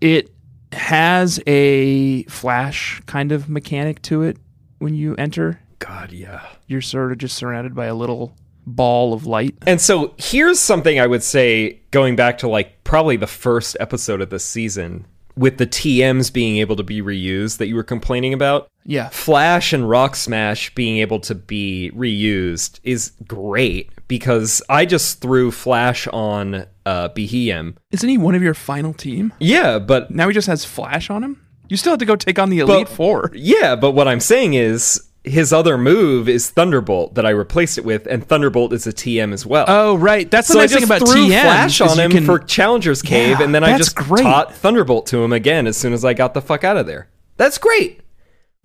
S1: It has a flash kind of mechanic to it when you enter.
S2: God, yeah.
S1: You're sort of just surrounded by a little ball of light.
S2: And so here's something I would say going back to like probably the first episode of this season with the TMs being able to be reused that you were complaining about.
S1: Yeah.
S2: Flash and Rock Smash being able to be reused is great because I just threw Flash on uh, Behem.
S1: Isn't he one of your final team?
S2: Yeah, but
S1: Now he just has flash on him? You still have to go take on the Elite
S2: But-
S1: Four.
S2: yeah, but what I'm saying is his other move is Thunderbolt that I replaced it with, and Thunderbolt is a TM as well.
S1: Oh, right. That's the
S2: so I
S1: nice
S2: just
S1: thing about
S2: threw
S1: TM.
S2: Flash
S1: is
S2: on
S1: you
S2: him
S1: can-
S2: for Challenger's Cave,
S1: Yeah,
S2: and then I
S1: that's
S2: just
S1: great.
S2: taught Thunderbolt to him again as soon as I got the fuck out of there. That's great.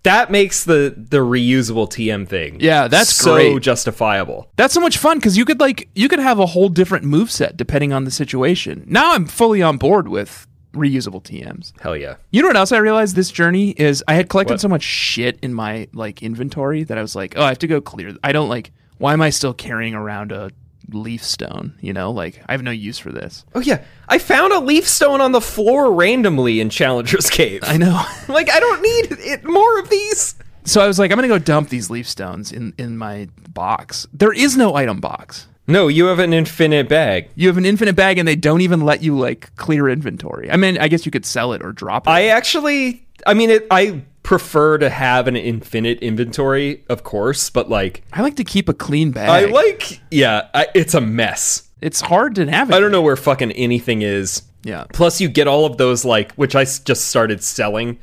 S2: That makes the the reusable TM thing.
S1: Yeah, that's
S2: so
S1: great.
S2: justifiable.
S1: That's so much fun because you could like you could have a whole different move set depending on the situation. Now I'm fully on board with reusable TMs.
S2: Hell yeah.
S1: You know what else I realized this journey is I had collected
S2: What?
S1: so much shit in my like inventory that I was like, oh, I have to go clear. I don't like. Why am I still carrying around a leaf stone, you know? Like I have no use for this.
S2: Oh yeah, I found a leaf stone on the floor randomly in Challenger's Cave.
S1: I know.
S2: like I don't need it more of these.
S1: so I was like, I'm gonna go dump these leaf stones in, in my box. There is no item box.
S2: No, you have an infinite bag.
S1: You have an infinite bag and they don't even let you like clear inventory. I mean, I guess you could sell it or drop it.
S2: I actually, I mean, it, I prefer to have an infinite inventory, of course, but like,
S1: I like to keep a clean bag.
S2: I like, yeah, I, it's a mess.
S1: it's hard to navigate.
S2: I don't know where fucking anything is.
S1: Yeah.
S2: Plus, you get all of those, like, which I s- just started selling,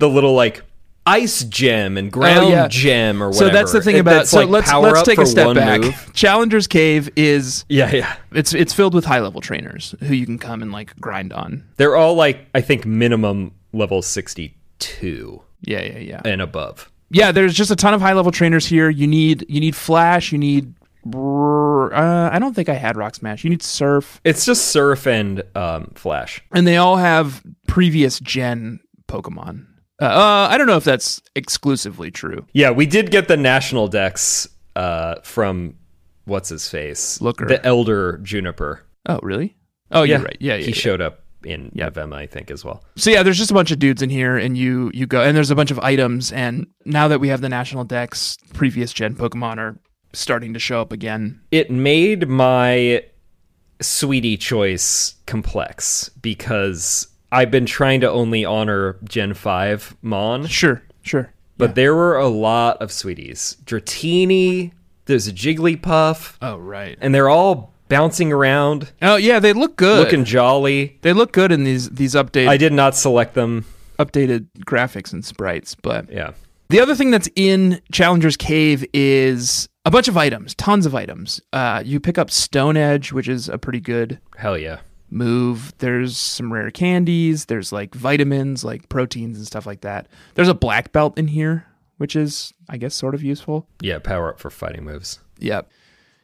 S2: the little, like, ice gem and ground
S1: Oh, yeah.
S2: gem or whatever.
S1: So that's the thing
S2: It-
S1: about
S2: that's,
S1: so
S2: like,
S1: let's
S2: power
S1: let's
S2: up
S1: take a
S2: for
S1: step
S2: one
S1: back.
S2: move.
S1: Challenger's Cave is
S2: Yeah, yeah.
S1: it's it's filled with high level trainers who you can come and like grind on.
S2: They're all, like, I think minimum level 62
S1: Yeah, yeah, yeah.
S2: and above.
S1: yeah, there's just a ton of high level trainers here. You need you need Flash. You need. brrr- Uh, I don't think I had Rock Smash. You need Surf,
S2: It's just Surf and um, Flash.
S1: and they all have previous gen Pokemon. Uh, uh, I don't know if that's exclusively true.
S2: Yeah, we did get the national decks uh, from what's his face,
S1: Looker.
S2: the elder Juniper.
S1: Oh, really? Oh, you're right. Yeah, yeah.
S2: he
S1: yeah.
S2: showed up in November, I think, as well.
S1: So yeah, there's just a bunch of dudes in here, and you you go, and there's a bunch of items. And now that we have the national decks, previous gen Pokemon are starting to show up again.
S2: It made my sweetie choice complex because I've been trying to only honor Gen Five Mon,
S1: Sure, sure.
S2: but there were a lot of sweeties. Dratini, there's a Jigglypuff,
S1: Oh right.
S2: and they're all bouncing around,
S1: Oh yeah, they look good.
S2: looking jolly.
S1: they look good in these these updated
S2: I did not select them.
S1: updated graphics and sprites. But
S2: Yeah.
S1: the other thing that's in Challenger's Cave is a bunch of items, tons of items. Uh, you pick up Stone Edge, which is a pretty good
S2: Hell yeah.
S1: move. There's some rare candies. There's like vitamins, like proteins and stuff like that. There's a black belt in here, which is, I guess, sort of useful.
S2: Yeah, power up for fighting moves.
S1: Yep.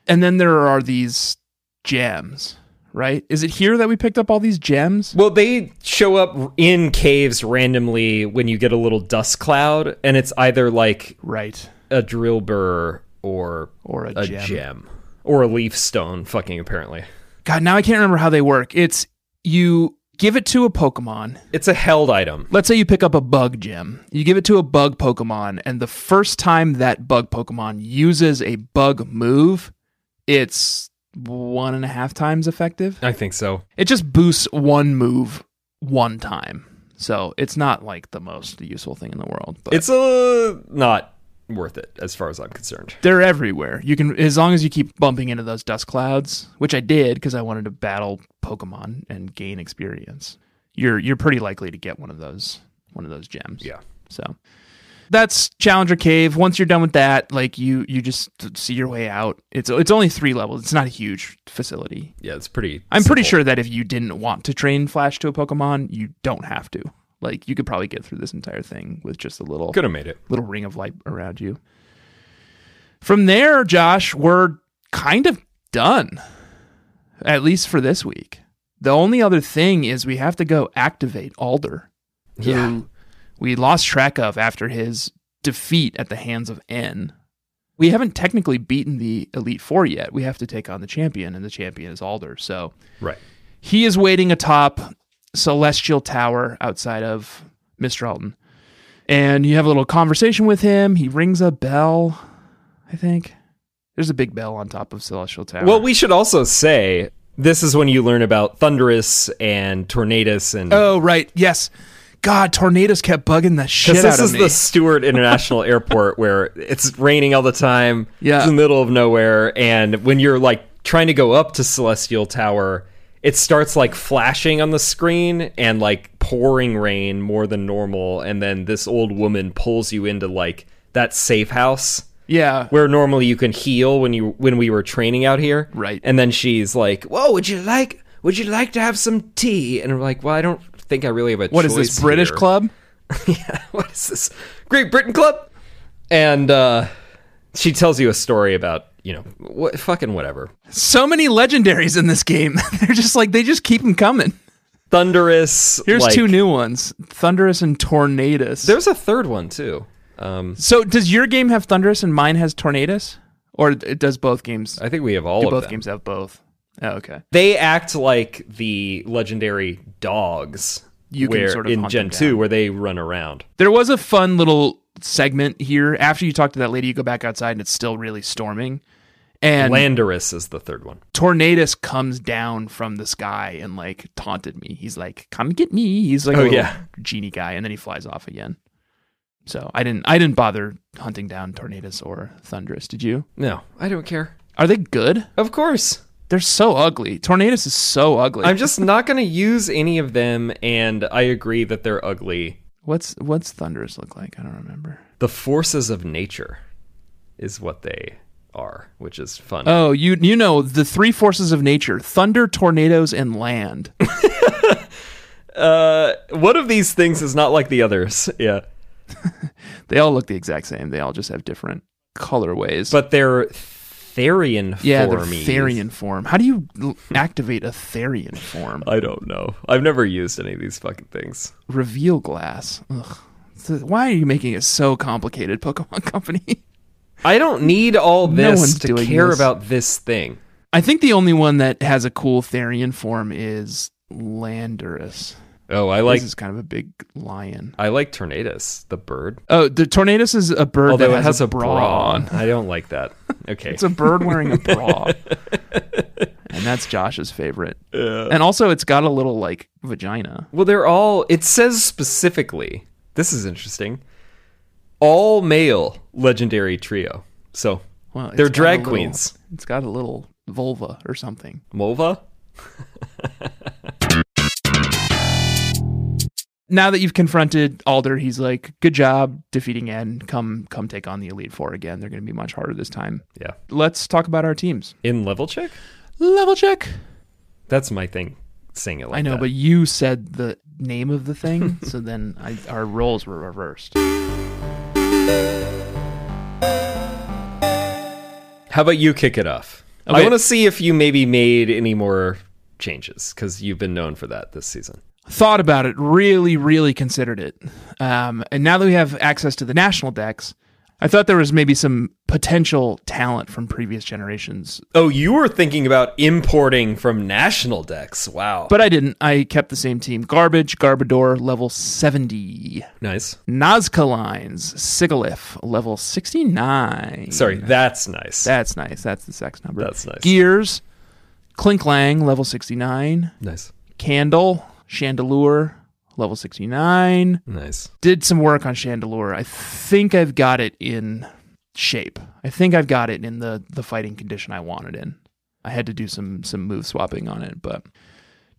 S1: And then there are these gems, right? Is it here that we picked up all these gems?
S2: Well, they show up in caves randomly when you get a little dust cloud, and it's either like
S1: Right.
S2: a drill burr or
S1: Or a,
S2: a
S1: gem.
S2: gem. or a leaf stone, fucking apparently.
S1: God, now I can't remember how they work. It's you give it to a Pokemon.
S2: It's a held item.
S1: Let's say you pick up a bug gem. You give it to a bug Pokemon, and the first time that bug Pokemon uses a bug move, it's one and a half times effective.
S2: I think so.
S1: It just boosts one move one time. So it's not like the most useful thing in the world. But
S2: It's uh, not worth it as far as I'm concerned.
S1: they're everywhere. You can as long as you keep bumping into those dust clouds, which I did because I wanted to battle Pokemon and gain experience. You're you're pretty likely to get one of those one of those gems.
S2: Yeah.
S1: So that's Challenger Cave. Once you're done with that, like you you just see your way out. It's it's only 3 levels. It's not a huge facility.
S2: Yeah, it's pretty.
S1: I'm pretty
S2: simple.
S1: sure that if you didn't want to train Flash to a Pokemon, you don't have to. Like you could probably get through this entire thing with just a little
S2: Could have made it.
S1: little ring of light around you. From there, Josh, we're kind of done. At least for this week. The only other thing is we have to go activate Alder, who
S2: Yeah.
S1: we lost track of after his defeat at the hands of N. We haven't technically beaten the Elite Four yet. We have to take on the champion, and the champion is Alder. So
S2: Right.
S1: he is waiting atop Celestial Tower outside of Mr. Alton. And you have a little conversation with him. He rings a bell, I think. There's a big bell on top of Celestial Tower.
S2: Well, we should also say this is when you learn about Thunderous and Tornadus and
S1: oh, right. Yes. God, tornadoes kept bugging the shit
S2: Because
S1: out
S2: this
S1: of
S2: is
S1: me.
S2: the Stewart International Airport where it's raining all the time.
S1: Yeah.
S2: It's in the middle of nowhere. And when you're like trying to go up to Celestial Tower, it starts like flashing on the screen and like pouring rain more than normal. And then this old woman pulls you into like that safe house
S1: yeah.
S2: where normally you can heal when you when we were training out here.
S1: Right.
S2: And then she's like, "Whoa, would you like would you like to have some tea?" And we're like, "Well, I don't think I really have a
S1: What is this, British club?
S2: yeah, what is this? Great Britain Club? And uh, she tells you a story about, you know, what, fucking whatever.
S1: So many legendaries in this game. They're just like, they just keep them coming.
S2: Thunderous.
S1: Here's
S2: like-
S1: two new ones Thunderous and Tornadoes.
S2: There's a third one, too. Um,
S1: so, does your game have Thunderous and mine has Tornadoes? Or it does both games?
S2: I think we have all
S1: do
S2: of
S1: both
S2: them.
S1: games have both? Oh, okay.
S2: They act like the legendary dogs
S1: You can
S2: where
S1: sort of
S2: in
S1: hunt
S2: Gen
S1: them
S2: 2
S1: down.
S2: where they run around.
S1: There was a fun little segment here. After you talk to that lady, you go back outside and it's still really storming. And
S2: Landorus is the third one.
S1: Tornadus comes down from the sky and like taunted me. He's like, "Come get me!" He's like, a
S2: Oh,
S1: little
S2: yeah.
S1: genie guy, and then he flies off again. So I didn't, I didn't bother hunting down Tornadus or Thunderous. Did you?
S2: No, I don't care.
S1: Are they good?
S2: Of course.
S1: They're so ugly. Tornadus is so ugly.
S2: I'm just not going to use any of them and I agree that they're ugly.
S1: what's what's Thunderous look like? I don't remember.
S2: The forces of nature is what they are, which is fun.
S1: Oh, you you know the three forces of nature: thunder, tornadoes, and land.
S2: Uh, one of these things is not like the others. Yeah.
S1: they all look the exact same. They all just have different colorways.
S2: But they're Therian
S1: yeah, the
S2: formies.
S1: Therian form. How do you l- activate a Therian form?
S2: I don't know. I've never used any of these fucking things.
S1: Reveal glass. Ugh. So Why are you making it so complicated, Pokemon Company?
S2: I don't need all
S1: No
S2: this
S1: one's
S2: to
S1: doing
S2: care
S1: this.
S2: about this thing.
S1: I think the only one that has a cool Therian form is Landorus.
S2: Oh, I like
S1: this is kind of a big lion.
S2: I like Tornadus, the bird.
S1: Oh, the Tornadus is a bird
S2: Although
S1: that
S2: it has a
S1: bra.
S2: bra
S1: on.
S2: on. I don't like that. Okay.
S1: It's a bird wearing a bra. and that's Josh's favorite.
S2: Uh,
S1: And also, it's got a little like vagina.
S2: well, they're all it says specifically. This is interesting. All male legendary trio. So,
S1: Well, it's
S2: They're
S1: got a
S2: drag
S1: little-
S2: queens.
S1: It's got a little vulva or something.
S2: Mova?
S1: Now that you've confronted Alder, he's like, "Good job defeating Ed. Come, come take on the Elite Four again. They're going to be much harder this time."
S2: Yeah.
S1: Let's talk about our teams.
S2: In level check?
S1: Level check.
S2: That's my thing. Saying it like
S1: I know,
S2: that.
S1: but you said the name of the thing, so then I, our roles were reversed.
S2: How about you kick it off? I
S1: Okay.
S2: want to see if you maybe made any more changes because you've been known for that this season.
S1: thought about it, really, really considered it. Um, and now that we have access to the national decks, I thought there was maybe some potential talent from previous generations,
S2: Oh, you were thinking about importing from national decks. Wow.
S1: but I didn't. I kept the same team. Garbage, Garbador, level 70.
S2: nice.
S1: Nazca Lines, Sigalith, level 69.
S2: Sorry, that's nice.
S1: That's nice. That's the sex number.
S2: That's nice.
S1: Gears, Clinklang, level 69.
S2: nice.
S1: Candle, Chandelure, level 69.
S2: Nice.
S1: did some work on Chandelure. I think I've got it in shape. I think I've got it in the the fighting condition I want it in. I had to do some some move swapping on it, but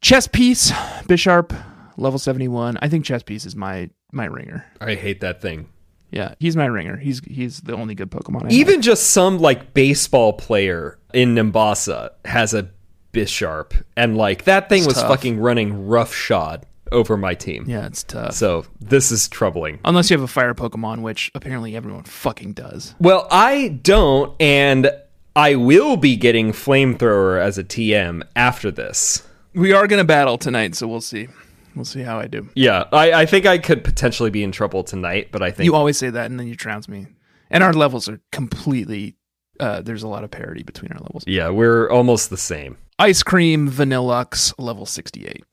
S1: chess piece, Bisharp, level seventy one. I think chess piece is my my ringer.
S2: I hate that thing.
S1: Yeah, he's my ringer. He's he's the only good Pokemon. I have.
S2: Even just some like baseball player in Nimbasa has a Bisharp, and like that thing was
S1: tough.
S2: fucking running roughshod over my team.
S1: yeah, it's tough.
S2: So this is troubling.
S1: Unless you have a fire Pokemon, which apparently everyone fucking does.
S2: Well, I don't, and I will be getting flamethrower as a TM after this.
S1: We are gonna battle tonight, so we'll see. We'll see how I do.
S2: Yeah, I, I think I could potentially be in trouble tonight, but I think
S1: You always say that, and then you trounce me. And our levels are completely. Uh, there's a lot of parity between our levels.
S2: yeah, we're almost the same.
S1: Ice cream, Vanillux, level 68.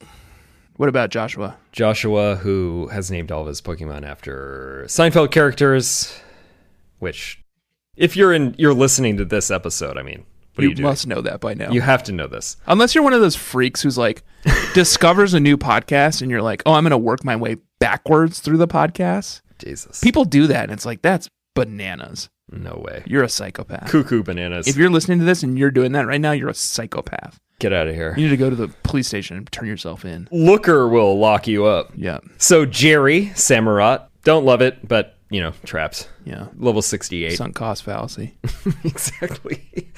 S1: What about Joshua?
S2: Joshua, who has named all of his Pokemon after Seinfeld characters, which, if you're in, you're listening to this episode. I mean, what
S1: you
S2: are you doing?
S1: must know that by now.
S2: You have to know this.
S1: Unless you're one of those freaks who's like discovers a new podcast and you're like, oh, I'm going to work my way backwards through the podcast.
S2: Jesus,
S1: People do that, and it's like that's bananas.
S2: no way.
S1: You're a psychopath.
S2: Cuckoo bananas.
S1: If you're listening to this and you're doing that right now, you're a psychopath.
S2: Get out of here.
S1: You need to go to the police station and turn yourself in.
S2: Looker will lock you up.
S1: Yeah,
S2: So Jerry Samurott, don't love it, but you know, trapped.
S1: yeah.
S2: Level sixty-eight,
S1: Sunk cost fallacy.
S2: exactly.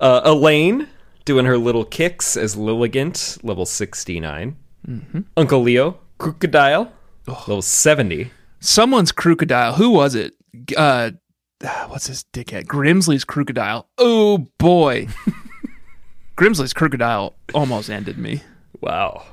S2: Uh, Elaine doing her little kicks as Lilligant, level sixty-nine. Uncle Leo, Crocodile, level seventy.
S1: someone's crocodile. Who was it? G- Uh, ah, what's this dickhead? Grimsley's crocodile. Oh boy, Grimsley's crocodile almost ended me.
S2: Wow,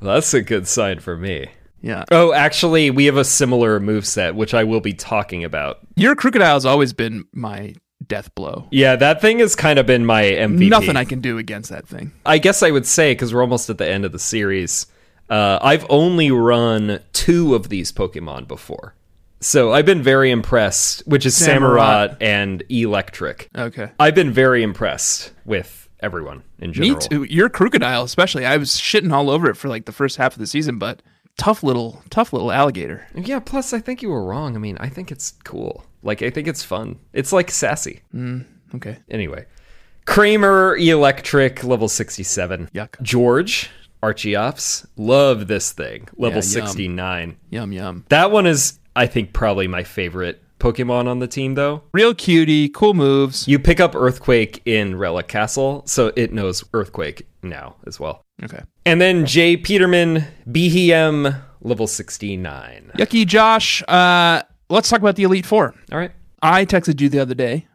S2: that's a good sign for me.
S1: Yeah,
S2: Oh, actually, we have a similar move set, which I will be talking about.
S1: your crocodile's always been my death blow.
S2: Yeah, that thing has kind of been my MVP.
S1: Nothing I can do against that thing.
S2: I guess I would say because we're almost at the end of the series. Uh, I've only run two of these Pokemon before, so I've been very impressed. Which is
S1: Samurott.
S2: Samurott and Electric.
S1: Okay.
S2: I've been very impressed with everyone in
S1: Me
S2: general.
S1: too. Your crocodile, especially. I was shitting all over it for like the first half of the season, but tough little, tough little alligator.
S2: Yeah. Plus, I think you were wrong. I mean, I think it's cool. Like, I think it's fun. It's like sassy.
S1: Okay.
S2: Anyway, Kramer Electric, level 67.
S1: Yuck.
S2: George, Archieops, love this thing, level
S1: yum.
S2: 69.
S1: Yum, yum.
S2: That one is, I think, probably my favorite Pokemon on the team, though.
S1: Real cutie, cool moves.
S2: You pick up Earthquake in Relic Castle, so it knows Earthquake now as well.
S1: Okay.
S2: And then Jay Peterman, BHM, level 69.
S1: Yucky Josh, uh, let's talk about the Elite Four.
S2: All right.
S1: I texted you the other day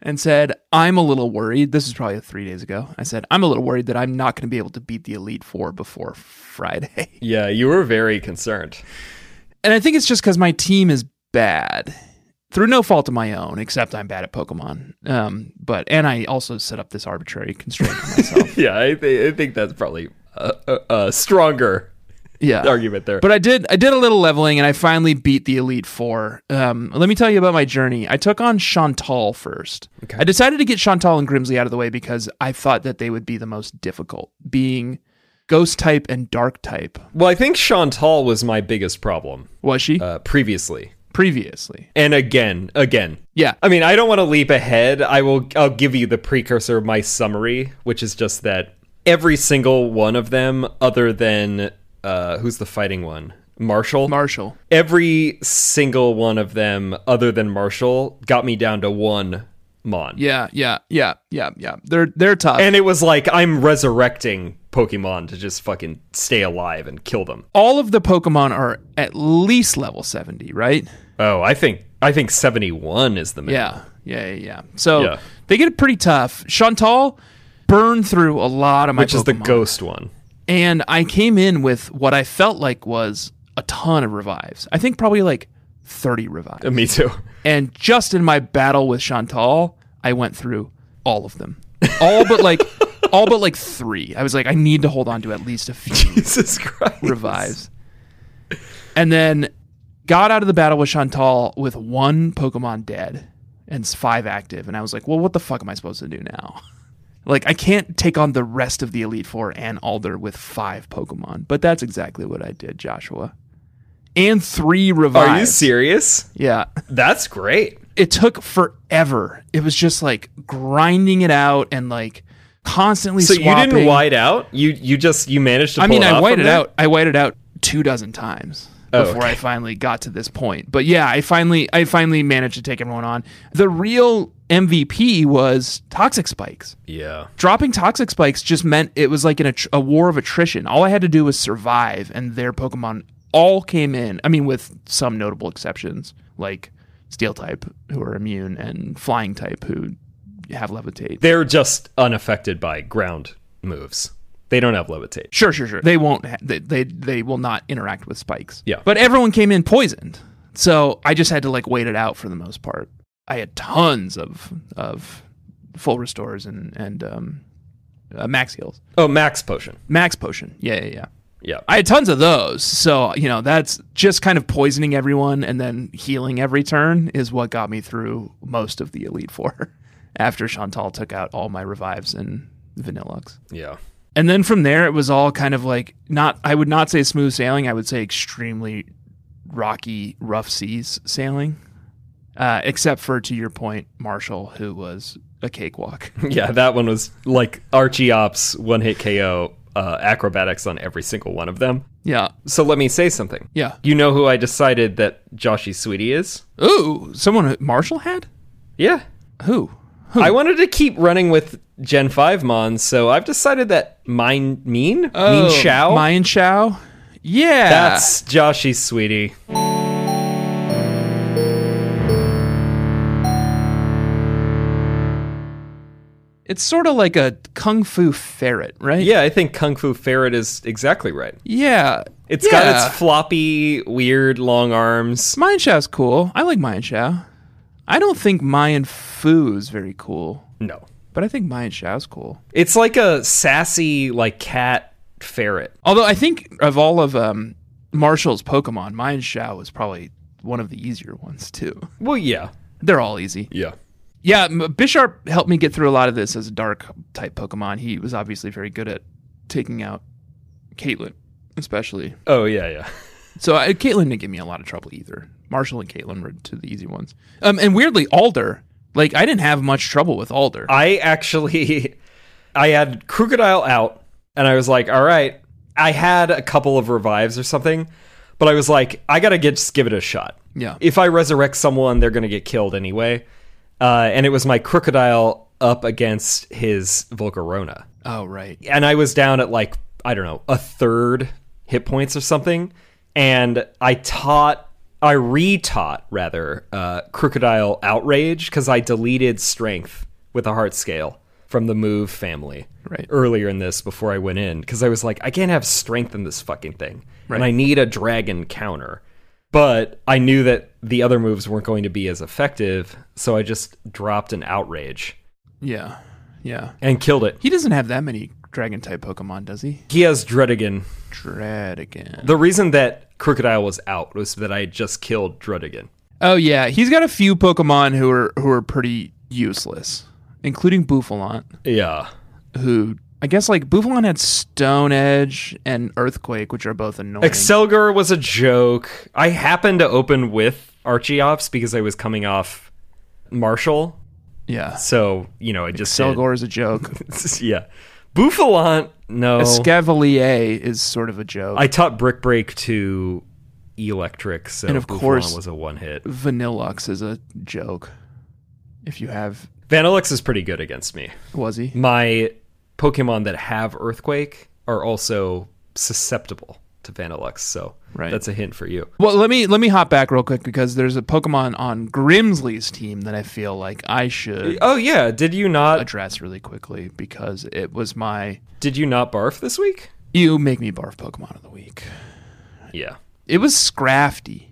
S1: and said, I'm a little worried. This is probably three days ago. I said, I'm a little worried that I'm not going to be able to beat the Elite Four before Friday.
S2: Yeah, you were very concerned.
S1: And I think it's just because my team is bad through no fault of my own, except I'm bad at Pokemon. Um, but, and I also set up this arbitrary constraint for myself.
S2: Yeah, I, th- I think that's probably a, a, a stronger
S1: yeah.
S2: argument there.
S1: But I did I did a little leveling and I finally beat the Elite Four. Um, let me tell you about my journey. I took on Chantal first.
S2: Okay.
S1: I decided to get Chantal and Grimsley out of the way because I thought that they would be the most difficult, being ghost type and dark type.
S2: well, I think Chantal was my biggest problem
S1: Was she?
S2: uh, previously.
S1: Previously.
S2: And again, again,
S1: Yeah. Uh,
S2: I mean, I don't want to leap ahead. I will I'll give you the precursor of my summary, which is just that every single one of them other than uh who's the fighting one? Marshall.
S1: Marshall.
S2: every single one of them other than Marshall got me down to one mon.
S1: Yeah, yeah, yeah, yeah, yeah. They're they're tough.
S2: And it was like I'm resurrecting Pokemon to just fucking stay alive and kill them.
S1: all of the Pokemon are at least level 70, right?
S2: Oh, I think I think 71 is the man.
S1: Yeah, yeah, yeah. yeah. So
S2: Yeah.
S1: they get pretty tough. Chantal burned through a lot of my
S2: Which is the
S1: Pokemon.
S2: ghost one.
S1: and I came in with what I felt like was a ton of revives. I think probably like 30 revives.
S2: Me too.
S1: And just in my battle with Chantal, I went through all of them. All but like all but like 3. I was like I need to hold on to at least a few
S2: Jesus Christ.
S1: revives. And then got out of the battle with Chantal with one Pokemon dead and s- five active. And I was like, well, what the fuck am I supposed to do now? Like, I can't take on the rest of the Elite Four and Alder with five Pokemon. But that's exactly what I did, Joshua. And three revives.
S2: Are you serious?
S1: Yeah.
S2: That's great.
S1: It took forever. It was just like grinding it out and like constantly
S2: So you
S1: swapping.
S2: didn't white out. You you just you managed to.
S1: I
S2: Pull
S1: mean,
S2: it
S1: I
S2: off
S1: whited
S2: from there?
S1: out. I whited out two dozen times
S2: Oh,
S1: before I finally got to this point. But yeah, I finally, I finally managed to take everyone on. The real MVP was toxic spikes.
S2: Yeah.
S1: Dropping toxic spikes just meant it was like an, attr- a war of attrition. All I had to do was survive, and their Pokemon all came in. I mean, with some notable exceptions, like Steel type who are immune and Flying type who have levitate.
S2: They're just unaffected by ground moves. They don't have levitate.
S1: Sure, sure, sure. They won't. Ha- they, they they will not interact with spikes.
S2: Yeah.
S1: But everyone came in poisoned, so I just had to like wait it out for the most part. I had tons of of full restores and and um, uh, max heals,
S2: Oh, max potion.
S1: max potion. Yeah, yeah, yeah.
S2: Yeah.
S1: I had tons of those, so you know that's just kind of poisoning everyone and then healing every turn is what got me through most of the elite four. After Chantal took out all my revives and Vanillux.
S2: yeah.
S1: And then from there, it was all kind of like not, I would not say smooth sailing. I would say extremely rocky, rough seas sailing, uh, except for, to your point, Marshall, who was a cakewalk.
S2: Yeah. That one was like Archieops one hit KO uh, acrobatics on every single one of them.
S1: yeah.
S2: So let me say something.
S1: Yeah.
S2: You know who I decided that Joshy Sweetie is?
S1: Ooh, someone Marshall had?
S2: Yeah.
S1: Who?
S2: I wanted to keep running with Gen 5 Mons, so I've decided that mine mean? mean Shao?
S1: Mayan Oh, Shao? Yeah.
S2: That's Joshy Sweetie.
S1: it's sort of like a kung fu ferret, right?
S2: Yeah, I think Kung Fu Ferret is exactly right.
S1: Yeah.
S2: It's
S1: It's
S2: got its floppy, weird, long arms.
S1: Mayan Shao's cool. I like Mayan Shao. I don't think Mayan Fu is very cool,
S2: No.
S1: but I think Mayan Xiao's cool.
S2: It's like a sassy, like cat ferret.
S1: Although I think of all of um, Marshall's Pokemon, Mayan Xiao is probably one of the easier ones too.
S2: Well, yeah.
S1: They're all easy.
S2: Yeah.
S1: Yeah, M- Bisharp helped me get through a lot of this as a dark type Pokemon. He was obviously very good at taking out Caitlyn, especially.
S2: Oh, yeah, yeah.
S1: So I, Caitlyn didn't give me a lot of trouble either. Marshall and Caitlyn were two of the easy ones. Um, and weirdly, Alder. Like I didn't have much trouble with Alder.
S2: I actually, I had Crocodile out, and I was like, all right. I had a couple of revives or something, but I was like, I gotta get, just give it a shot.
S1: yeah,
S2: If I resurrect someone, they're gonna get killed anyway. Uh, and it was my Crocodile up against his Volcarona.
S1: Oh right.
S2: and I was down at like I don't know a third hit points or something, and I taught I retaught rather uh, crocodile outrage because I deleted strength with a heart scale from the move family
S1: Right.
S2: earlier in this before I went in because I was like I can't have strength in this fucking thing and I need a dragon counter. But I knew that the other moves weren't going to be as effective, so I just dropped an outrage
S1: Yeah, yeah.
S2: and killed it.
S1: He doesn't have that many dragon type Pokemon, does he?
S2: He has Dredigan
S1: Dredigan.
S2: The reason that Crocodile was out was that I had just killed Drudigan.
S1: Oh yeah, he's got a few Pokemon who are who are pretty useless, including Buffalant,
S2: Yeah.
S1: who I guess like Buffalant had Stone Edge and Earthquake, which are both annoying.
S2: Excelgar was a joke. I happened to open with Archeops because I was coming off Marshall.
S1: yeah,
S2: So, you know, I just
S1: Selgor is a joke.
S2: did. yeah. Buffalant, no.
S1: Escavalier is sort of a joke.
S2: I taught Brick Break to Electric, so
S1: And of
S2: Buffalant
S1: course-
S2: was a one hit.
S1: Vanillux is a joke. If you have,
S2: Vanillix is pretty good against me.
S1: was he?
S2: My Pokemon that have Earthquake are also susceptible to Vanillux, so
S1: Right.
S2: that's a hint for you.
S1: Well, let me let me hop back real quick because there's a Pokemon on Grimsley's team that I feel like I should
S2: Oh yeah, did you not
S1: address really quickly because it was my
S2: did you not barf this week?
S1: you make me barf Pokemon of the week.
S2: Yeah.
S1: It was Scrafty.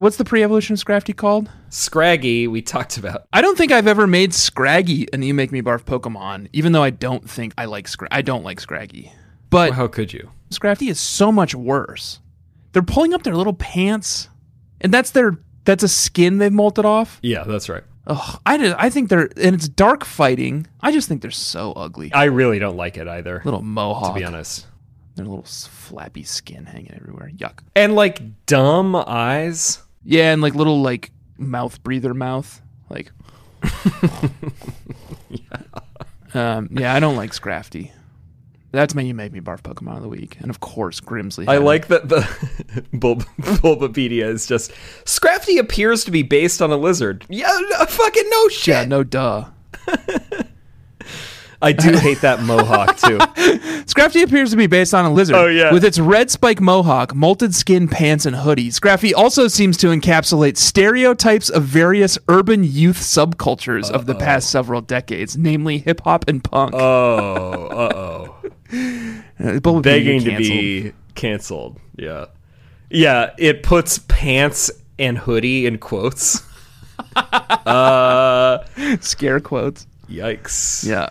S1: What's the pre-evolution of Scrafty called?
S2: Scraggy, we talked about.
S1: I don't think I've ever made Scraggy an You Make Me Barf Pokemon, even though I don't think I like Scra- I don't like Scraggy. But
S2: How could you?
S1: Scrafty is so much worse. They're pulling up their little pants, and that's their that's a skin they've molted off.
S2: Yeah, that's right.
S1: Ugh, I did, I think they're and it's dark fighting. I just think they're so ugly.
S2: I really don't like it either,
S1: Little mohawk,
S2: to be honest.
S1: their little s- flappy skin hanging everywhere. Yuck.
S2: And like dumb eyes.
S1: Yeah, and like little like mouth breather mouth, like. yeah. Um, yeah, I don't like Scrafty. That's my you make me barf Pokemon of the week, and of course Grimsley.
S2: I
S1: had it.
S2: like that the Bulb- Bulbapedia is just Scrafty appears to be based on a lizard. Yeah, no, fucking no shit.
S1: Yeah, no duh.
S2: I do hate that mohawk too.
S1: Scrafty appears to be based on a lizard.
S2: Oh, yeah.
S1: With its red spike mohawk, molted skin pants, and hoodie. Scrafty also seems to encapsulate stereotypes of various urban youth subcultures of the past several decades, namely hip hop and punk. Uh,
S2: Oh, uh-oh.
S1: Bulbapedia
S2: begging to
S1: canceled.
S2: be canceled. Yeah. Yeah, it puts pants and hoodie in quotes. uh
S1: scare quotes.
S2: yikes.
S1: Yeah.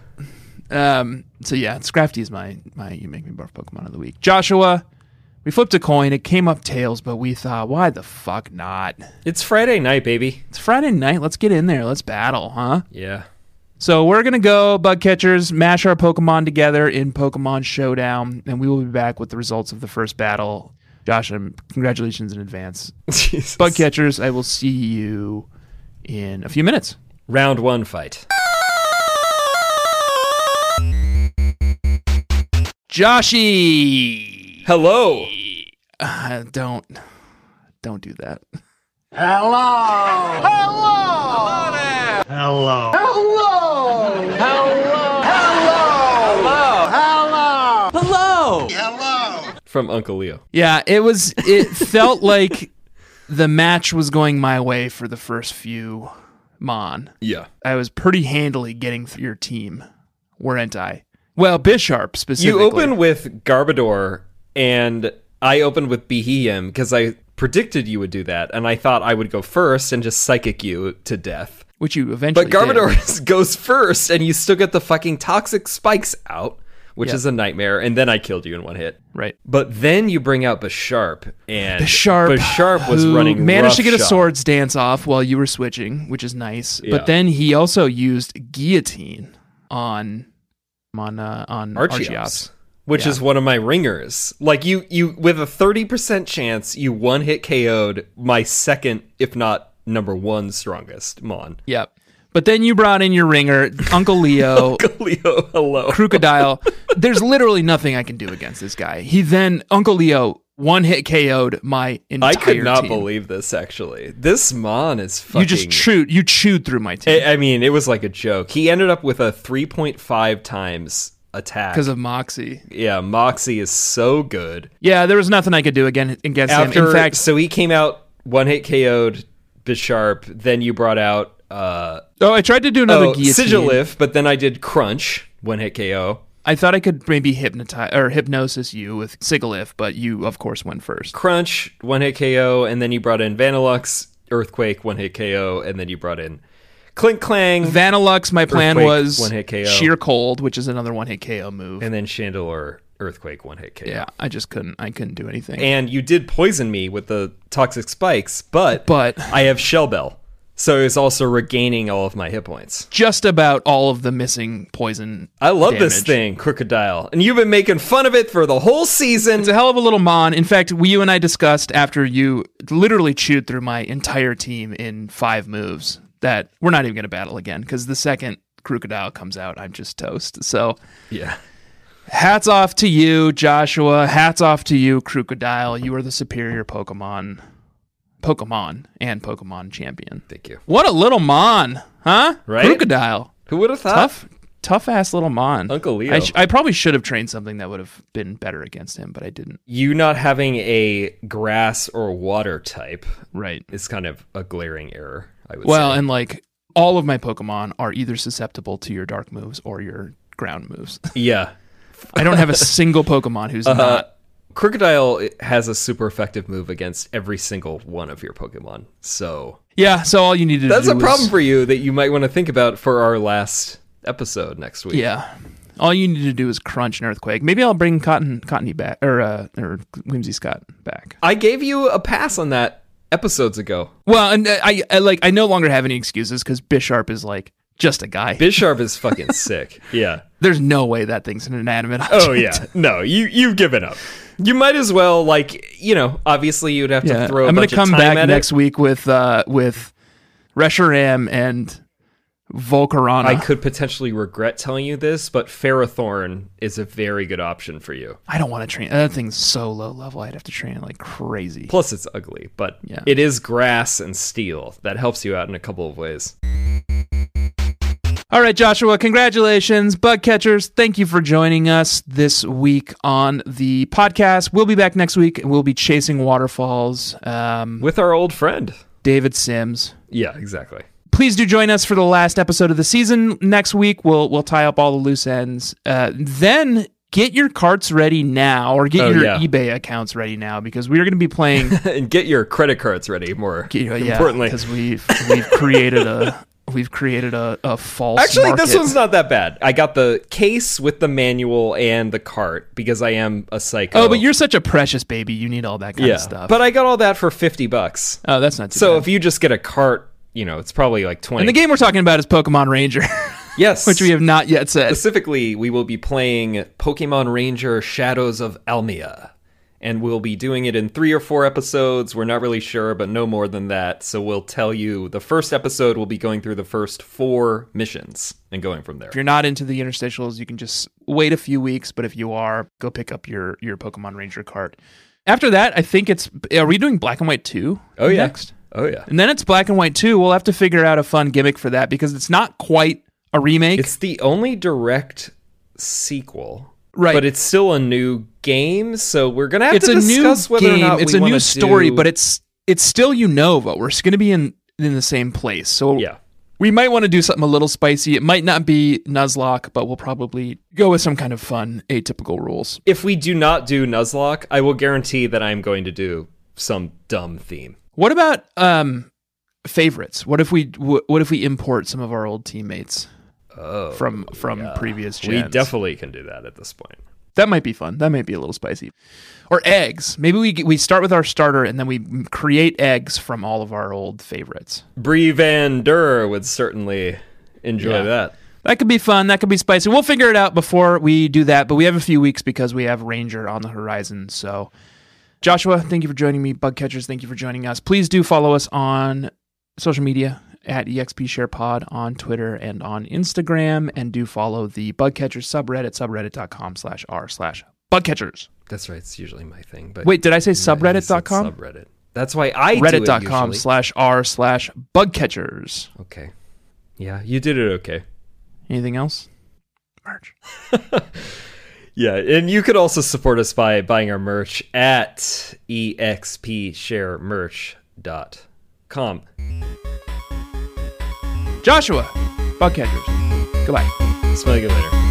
S1: Um, so yeah, Scrafty is my my you make me barf Pokemon of the week. Joshua, we flipped a coin. It came up tails, but we thought, why the fuck not?
S2: It's Friday night, baby.
S1: It's Friday night. Let's get in there. Let's battle, huh?
S2: Yeah.
S1: So we're gonna go bug catchers, mash our Pokemon together in Pokemon Showdown, and we will be back with the results of the first battle. Josh, um, congratulations in advance.
S2: Jesus.
S1: Bug catchers, I will see you in a few minutes.
S2: Round 1 fight.
S1: Joshy,
S2: Hello.
S1: uh, don't don't do that.
S2: From Uncle Leo.
S1: Yeah, it was. It felt like the match was going my way for the first few Mon.
S2: Yeah.
S1: I was pretty handily getting through your team, weren't I? Well, Bisharp specifically.
S2: You open with Garbodor and I opened with Behem because I predicted you would do that, and I thought I would go first and just psychic you to death.
S1: which you eventually.
S2: But
S1: did.
S2: Garmador goes first, and you still get the fucking toxic spikes out, which
S1: Yeah.
S2: is a nightmare. And then I killed you in one hit.
S1: right?
S2: But then you bring out Basharp, and
S1: Bisharp,
S2: Bisharp was
S1: who
S2: running.
S1: managed to get a
S2: roughshod.
S1: swords dance off while you were switching, which is nice.
S2: Yeah.
S1: But then he also used guillotine on on uh, on
S2: Archeops,
S1: Archeops.
S2: which
S1: Yeah.
S2: is one of my ringers. Like you, you with a thirty percent chance, you one hit KO'd my second, if not number one strongest Mon.
S1: Yep. But then you brought in your ringer, Uncle Leo,
S2: Leo, hello.
S1: crocodile. There's literally nothing I can do against this guy. He then Uncle Leo one hit KO'd my entire
S2: I could not
S1: team.
S2: believe this. Actually, this Mon is fucking. Eh.
S1: you just chewed you chewed through my team
S2: I I mean, it was like a joke. He ended up with a 3.5 times attack.
S1: because of Moxie.
S2: yeah, Moxie is so good.
S1: Yeah, there was nothing I could do again against
S2: After,
S1: him. In fact,
S2: so he came out one hit KO'd Bisharp. Then you brought out uh,
S1: oh, I tried to do another
S2: oh,
S1: guillotine.
S2: Sigilif, but then I did Crunch one hit KO.
S1: I thought I could maybe hypnotize or hypnosis you with Sigalith, but you of course went first.
S2: Crunch one hit KO, and then you brought in Vanilux Earthquake one hit KO, and then you brought in Clink Clang,
S1: Vanilux, my plan
S2: Earthquake,
S1: was
S2: one hit KO.
S1: sheer cold, which is another one hit KO move.
S2: and then Chandelure Earthquake one hit KO.
S1: yeah, I just couldn't. I couldn't do anything.
S2: and you did poison me with the toxic spikes, but
S1: But-
S2: I have shell bell, so it's also regaining all of my hit points.
S1: just about all of the missing poison.
S2: I love this
S1: Damage.
S2: thing, crocodile, and you've been making fun of it for the whole season.
S1: It's a hell of a little mon. In fact, we, you and I discussed after you literally chewed through my entire team in five moves that we're not even going to battle again because the second crocodile comes out, I'm just toast. So
S2: Yeah,
S1: hats off to you, Joshua. Hats off to you, crocodile. You are the superior Pokemon, Pokemon and Pokemon champion.
S2: thank you.
S1: What a little mon, huh?
S2: Right?
S1: Crocodile.
S2: Who would have thought?
S1: tough, tough ass little mon.
S2: Uncle Leo.
S1: I, sh- I probably should have trained something that would have been better against him, but I didn't.
S2: You not having a grass or water type
S1: Right.
S2: is kind of a glaring error. I would
S1: Well,
S2: say.
S1: and like all of my Pokemon are either susceptible to your dark moves or your ground moves.
S2: yeah,
S1: I don't have a single Pokemon who's
S2: uh,
S1: not.
S2: crocodile has a super effective move against every single one of your Pokemon. So
S1: Yeah, so all you needed to do
S2: That's a
S1: was-
S2: problem for you that you might want to think about for our last episode next week.
S1: Yeah. All you need to do is crunch an earthquake. Maybe I'll bring Cotton Cottony back or uh, or Whimsy Scott back.
S2: I gave you a pass on that episodes ago.
S1: Well, and uh, I, I like I no longer have any excuses cuz Bisharp is like just a guy.
S2: Bisharp is fucking sick. Yeah.
S1: There's no way that thing's an inanimate object.
S2: Oh yeah. No, you you've given up. You might as well like, you know, obviously you'd have
S1: Yeah,
S2: to throw a
S1: I'm gonna
S2: bunch
S1: come
S2: of time
S1: back
S2: at it.
S1: next week with uh with Reshiram and Volcarona.
S2: I could potentially regret telling you this, but Ferrothorn is a very good option for you.
S1: I don't want to train. That thing's so low level. I'd have to train it like crazy.
S2: Plus it's ugly, but
S1: Yeah.
S2: it is grass and steel. That helps you out in a couple of ways.
S1: All right, Joshua, congratulations. Bug catchers, thank you for joining us this week on the podcast. We'll be back next week and we'll be chasing waterfalls. Um,
S2: With our old friend.
S1: David Sims.
S2: Yeah, exactly.
S1: Please do join us for the last episode of the season next week. We'll we'll tie up all the loose ends. Uh, then get your carts ready now, or get
S2: Oh,
S1: your
S2: yeah.
S1: eBay accounts ready now, because we are going to be playing
S2: and get your credit cards ready more
S1: Yeah, yeah,
S2: importantly
S1: because we've we've created a we've created a, a false.
S2: actually this
S1: market.
S2: one's not that bad i got the case with the manual and the cart because i am a psycho
S1: Oh, but you're such a precious baby. You need all that kind
S2: yeah
S1: of stuff.
S2: but i got all that for 50 bucks
S1: oh, that's not too
S2: so
S1: bad.
S2: if you just get a cart you know it's probably like 20
S1: And the game we're talking about is Pokemon Ranger,
S2: yes
S1: which we have not yet said.
S2: specifically we will be playing pokemon ranger shadows of almia and we'll be doing it in three or four episodes we're not really sure but no more than that so we'll tell you the first episode will be going through the first four missions and going from there
S1: If you're not into the interstitials, you can just wait a few weeks. But if you are, go pick up your your Pokemon Ranger card. After that, I think it's are we doing Black and White two?
S2: Oh yeah.
S1: next,
S2: Oh yeah.
S1: and then it's Black and White two. We'll have to figure out a fun gimmick for that because it's not quite a remake.
S2: It's the only direct sequel.
S1: Right.
S2: But it's still a new game, so we're gonna have
S1: it's
S2: to
S1: a new
S2: discuss whether or
S1: game.
S2: not
S1: It's
S2: we
S1: a new
S2: wanna
S1: story,
S2: do-
S1: but it's it's still Unova. We're going to be in in the same place, so
S2: Yeah.
S1: we might want to do something a little spicy. It might not be Nuzlocke, but we'll probably go with some kind of fun, atypical rules.
S2: If we do not do Nuzlocke, I will guarantee that I'm going to do some dumb theme.
S1: What about um favorites? What if we wh- what if we import some of our old teammates
S2: Oh,
S1: from from previous
S2: we
S1: gens?
S2: definitely can do that at this point.
S1: that might be fun. That might be a little spicy. Or eggs. Maybe we g- we start with our starter and then we m- create eggs from all of our old favorites.
S2: Brie Van Der would certainly enjoy
S1: Yeah.
S2: that.
S1: That could be fun. That could be spicy. We'll figure it out before we do that, but we have a few weeks because we have Ranger on the horizon. So, Joshua, thank you for joining me. Bug catchers, thank you for joining us. Please do follow us on social media at E expsharepod on Twitter and on Instagram, and do follow the Bugcatchers subreddit subreddit.com slash r slash bugcatchers.
S2: That's right. It's usually my thing. But
S1: Wait, did I say
S2: Yeah, he said
S1: subreddit.com?
S2: Subreddit. That's why I do it
S1: Reddit.com
S2: usually.
S1: slash r slash bugcatchers.
S2: Okay. Yeah, you did it okay.
S1: Anything else? Merch.
S2: Yeah, and you could also support us by buying our merch at E expsharemerch.com.
S1: Joshua, bugcatchers. Goodbye.
S2: Smell you later.